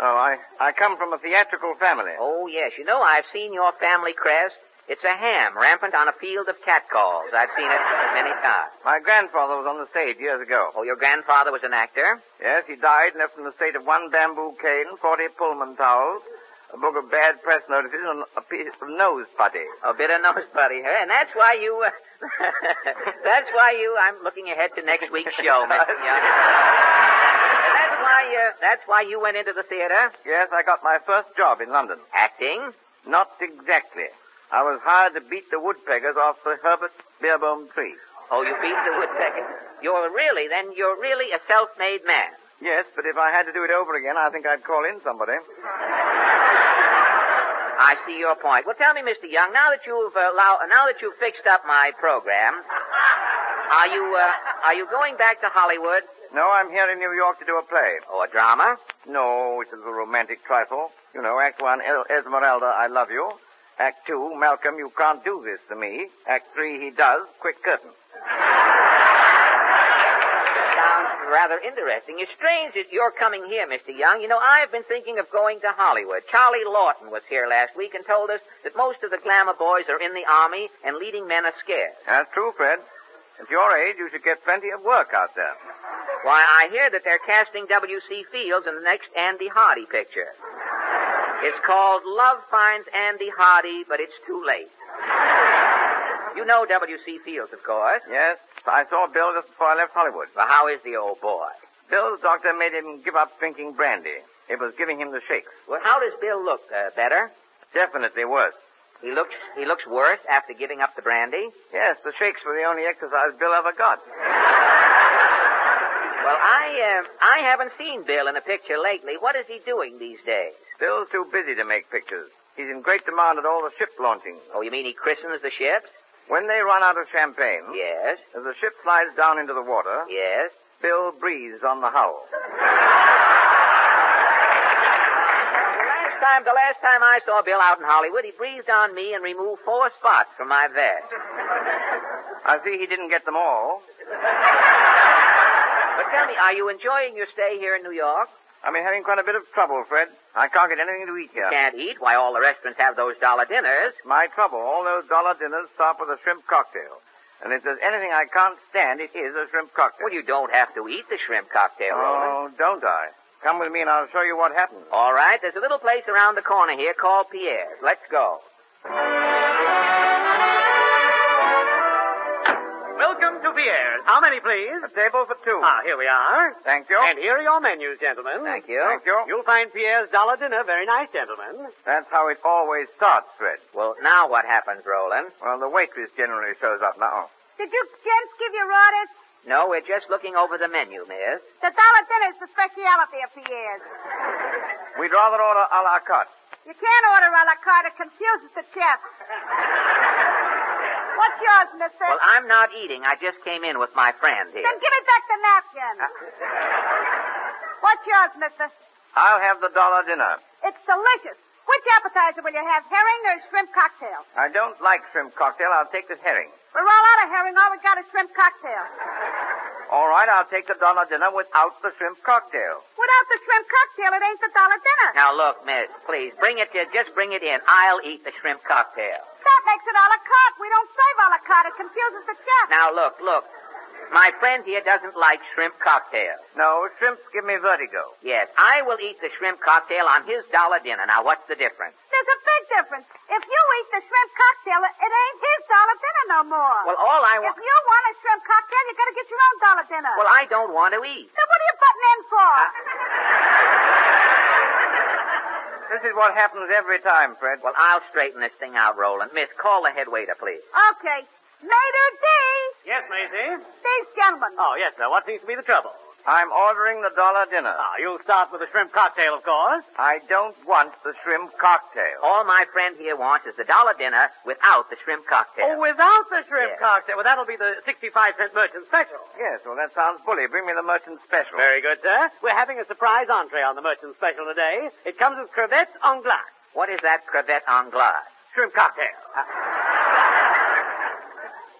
S13: Oh, I, I come from a theatrical family.
S9: Oh, yes. You know, I've seen your family crest. It's a ham rampant on a field of catcalls. I've seen it many times.
S13: My grandfather was on the stage years ago.
S9: Oh, your grandfather was an actor?
S13: Yes, he died and left an estate of one bamboo cane, 40 Pullman towels, a book of bad press notices, and a piece of nose putty.
S9: A bit of nose putty, huh? And that's why you, uh, that's why you, I'm looking ahead to next week's show, Mr. Young. That's why you. That's why you went into the theater?
S13: Yes, I got my first job in London.
S9: Acting?
S13: Not exactly. I was hired to beat the woodpeckers off the Herbert Beerbohm tree.
S9: Oh, you beat the woodpecker. You're really, then, you're really a self-made man.
S13: Yes, but if I had to do it over again, I think I'd call in somebody.
S9: I see your point. Well, tell me, Mr. Young, now that you've uh, allow, now that you've fixed up my program, are you uh, are you going back to Hollywood?
S13: No, I'm here in New York to do a play.
S9: Oh, a drama?
S13: No, it's a little romantic trifle. You know, Act One, El- Esmeralda, I love you. Act Two, Malcolm, you can't do this to me. Act Three, he does. Quick curtain.
S9: Sounds rather interesting. It's strange that you're coming here, Mr. Young. You know, I've been thinking of going to Hollywood. Charlie Lawton was here last week and told us that most of the glamour boys are in the army and leading men are scarce.
S13: That's true, Fred. At your age, you should get plenty of work out there.
S9: Why, I hear that they're casting W.C. Fields in the next Andy Hardy picture. It's called Love Finds Andy Hardy, but it's too late. You know W.C. Fields, of course.
S13: Yes, I saw Bill just before I left Hollywood.
S9: Well, how is the old boy?
S13: Bill's doctor made him give up drinking brandy. It was giving him the shakes.
S9: Well, how does Bill look? Uh, better?
S13: Definitely worse.
S9: He looks he looks worse after giving up the brandy.
S13: Yes, the shakes were the only exercise Bill ever got.
S9: Well, I uh, I haven't seen Bill in a picture lately. What is he doing these days?
S13: Bill's too busy to make pictures. He's in great demand at all the ship launchings.
S9: Oh, you mean he christens the ships?
S13: When they run out of champagne,
S9: yes.
S13: As the ship slides down into the water,
S9: yes.
S13: Bill breathes on the hull.
S9: last time, the last time I saw Bill out in Hollywood, he breathed on me and removed four spots from my vest.
S13: I see he didn't get them all.
S9: But tell me, are you enjoying your stay here in New York?
S13: I've been having quite a bit of trouble, Fred. I can't get anything to eat here.
S9: You can't eat? Why, all the restaurants have those dollar dinners.
S13: My trouble. All those dollar dinners start with a shrimp cocktail. And if there's anything I can't stand, it is a shrimp cocktail.
S9: Well, you don't have to eat the shrimp cocktail,
S13: Oh,
S9: Roland.
S13: don't I? Come with me and I'll show you what happened.
S9: All right, there's a little place around the corner here called Pierre's. Let's go.
S5: Welcome to Pierre's. How many, please?
S13: A table for two.
S5: Ah, here we are.
S13: Thank you.
S5: And here are your menus, gentlemen.
S9: Thank you.
S13: Thank you.
S5: You'll find Pierre's dollar dinner very nice, gentlemen.
S13: That's how it always starts, Fred.
S9: Well, now what happens, Roland?
S13: Well, the waitress generally shows up now.
S24: Did you gents give your orders?
S9: No, we're just looking over the menu, miss.
S24: The dollar dinner's the specialty of Pierre's.
S13: We'd rather order a la carte.
S24: You can't order a la carte. It confuses the chef. What's yours, mister?
S9: Well, I'm not eating. I just came in with my friend here.
S24: Then give me back the napkin.
S9: Uh,
S24: What's yours, mister?
S13: I'll have the dollar dinner.
S24: It's delicious. Which appetizer will you have, herring or shrimp cocktail?
S13: I don't like shrimp cocktail. I'll take this herring.
S24: We're all out of herring. All we got is shrimp cocktail.
S13: All right, I'll take the dollar dinner without the shrimp cocktail.
S24: Without the shrimp cocktail, it ain't the dollar dinner.
S9: Now look, miss, please, bring it to, just bring it in. I'll eat the shrimp cocktail.
S24: That makes it a la carte. We don't serve a la carte. It confuses the chef.
S9: Now look, look. My friend here doesn't like shrimp cocktail.
S13: No, shrimps give me vertigo.
S9: Yes, I will eat the shrimp cocktail on his dollar dinner. Now what's the difference?
S24: There's a big difference. If you eat the shrimp cocktail, it ain't his dollar dinner no more.
S9: Well, all I want-
S24: If you want a shrimp cocktail, you gotta get your own dollar dinner.
S9: Well, I don't want to eat. Uh-
S24: Then what are you butting in for?
S13: This is what happens every time, Fred.
S9: Well, I'll straighten this thing out, Roland. Miss, call the head waiter, please.
S24: okay. Mater D.
S5: Yes, Maisie.
S24: These gentlemen.
S5: Oh, yes, sir. What seems to be the trouble?
S13: I'm ordering the dollar dinner.
S5: Ah, you'll start with a shrimp cocktail, of course.
S13: I don't want the shrimp cocktail.
S9: All my friend here wants is the dollar dinner without the shrimp cocktail.
S5: Oh, without the shrimp
S9: Yes.
S5: cocktail. Well, that'll be the 65 cent merchant special.
S13: Yes, well, that sounds bully. Bring me the merchant special.
S5: Very good, sir. We're having a surprise entree on the merchant special today. It comes with crevettes en glace.
S9: What is that crevette en glace?
S5: Shrimp cocktail.
S13: Uh,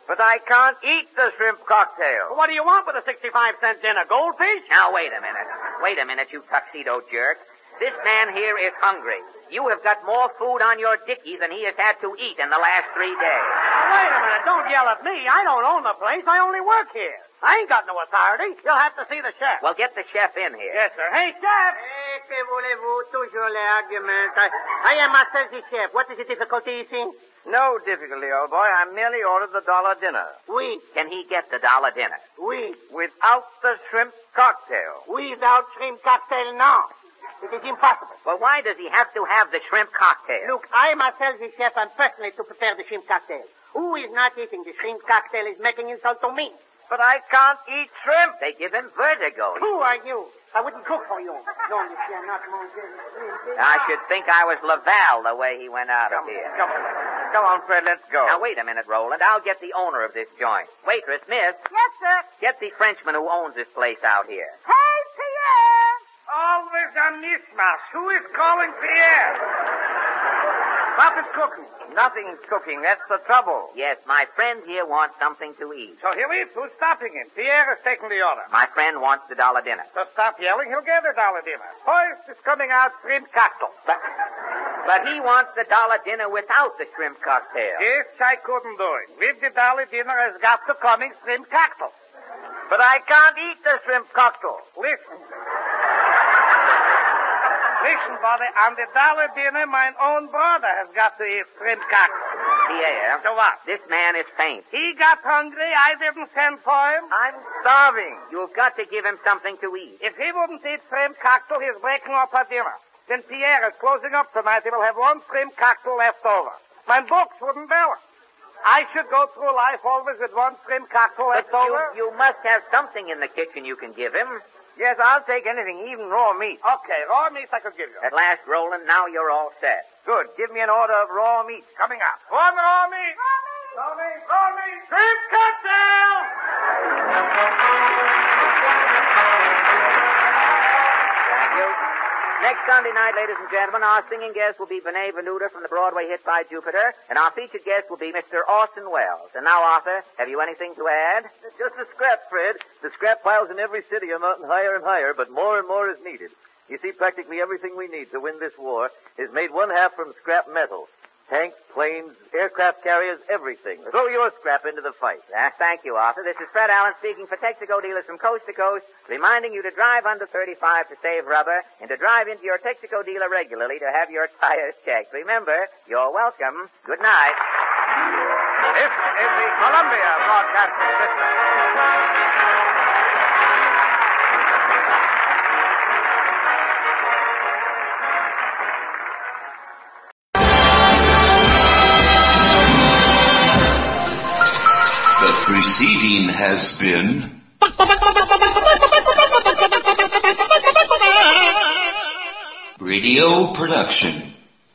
S13: But I can't eat the shrimp cocktail.
S5: What do you want with a 65 cent dinner? Goldfish?
S9: Now, wait a minute. Wait a minute, you tuxedo jerk. This man here is hungry. You have got more food on your dicky than he has had to eat in the last three days.
S5: Now, wait a minute. Don't yell at me. I don't own the place. I only work here. I ain't got no authority. You'll have to see the chef.
S9: Well, get the chef in here.
S5: Yes, sir. Hey, chef! Hey, que voulez-vous? Toujours les arguments. I, I am myself the chef. What is the difficulty, you see?
S13: No difficulty, old boy. I merely ordered the dollar dinner.
S9: We. Can he get the dollar dinner?
S13: We. Without the shrimp cocktail.
S5: Without shrimp cocktail, no. It is impossible.
S9: Well, why does he have to have the shrimp cocktail?
S5: Look, I myself, the chef, am personally to prepare the shrimp cocktail. Who is not eating the shrimp cocktail is making insult to me.
S13: But I can't eat shrimp.
S9: They give him vertigo.
S5: Who are you? I wouldn't cook for you. No, you see, I'm not Monsieur.
S9: I should think I was Laval the way he went out of here.
S13: Come on, come on, Fred, let's go.
S9: Now, wait a minute, Roland. I'll get the owner of this joint. Waitress, miss.
S24: Yes, sir.
S9: Get the Frenchman who owns this place out here.
S24: Hey, Pierre!
S13: Always a mismatch. Who is calling Pierre? Nothing's cooking. Nothing's cooking. That's the trouble.
S9: Yes, my friend here wants something to eat.
S13: So here he is. Who's stopping him? Pierre has taken the order.
S9: My friend wants the dollar dinner.
S13: So stop yelling. He'll get a dollar dinner. First is coming out shrimp cocktail.
S9: But, but he wants the dollar dinner without the shrimp cocktail.
S13: Yes, I couldn't do it. With the dollar dinner has got to come in shrimp cocktail. But I can't eat the shrimp cocktail. Listen. Listen, Father, on the dollar dinner, my own brother has got to eat shrimp cocktail.
S9: Pierre.
S13: So what?
S9: This man is faint.
S13: He got hungry. I didn't send for him. I'm starving.
S9: You've got to give him something to eat.
S13: If he wouldn't eat shrimp cocktail, he's breaking up our dinner. Then Pierre is closing up tonight. He will have one shrimp cocktail left over. My books wouldn't balance. I should go through life always with one shrimp cocktail
S9: but
S13: left over.
S9: You, you must have something in the kitchen you can give him.
S13: Yes, I'll take anything, even raw meat. Okay, raw meat I could give you.
S9: At last, Roland, now you're all set.
S13: Good. Give me an order of raw meat coming up. One raw meat. Raw meat. Raw meat. Shrimp cocktail.
S9: Thank you. Next Sunday night, ladies and gentlemen, our singing guest will be Benet Venuta from the Broadway hit By Jupiter, and our featured guest will be Mr. Orson Welles. And now, Arthur, have you anything to add?
S23: Just a scrap, Fred. The scrap piles in every city are mounting higher and higher, but more and more is needed. You see, practically everything we need to win this war is made one half from scrap metal. Tanks, planes, aircraft carriers, everything. Throw your scrap into the fight.
S9: Ah, thank you, Arthur. This is Fred Allen speaking for Texaco dealers from coast to coast, reminding you to drive under 35 to save rubber and to drive into your Texaco dealer regularly to have your tires checked. Remember, you're welcome. Good night.
S13: This is the Columbia Broadcasting System.
S15: The preceding has been. Radio production.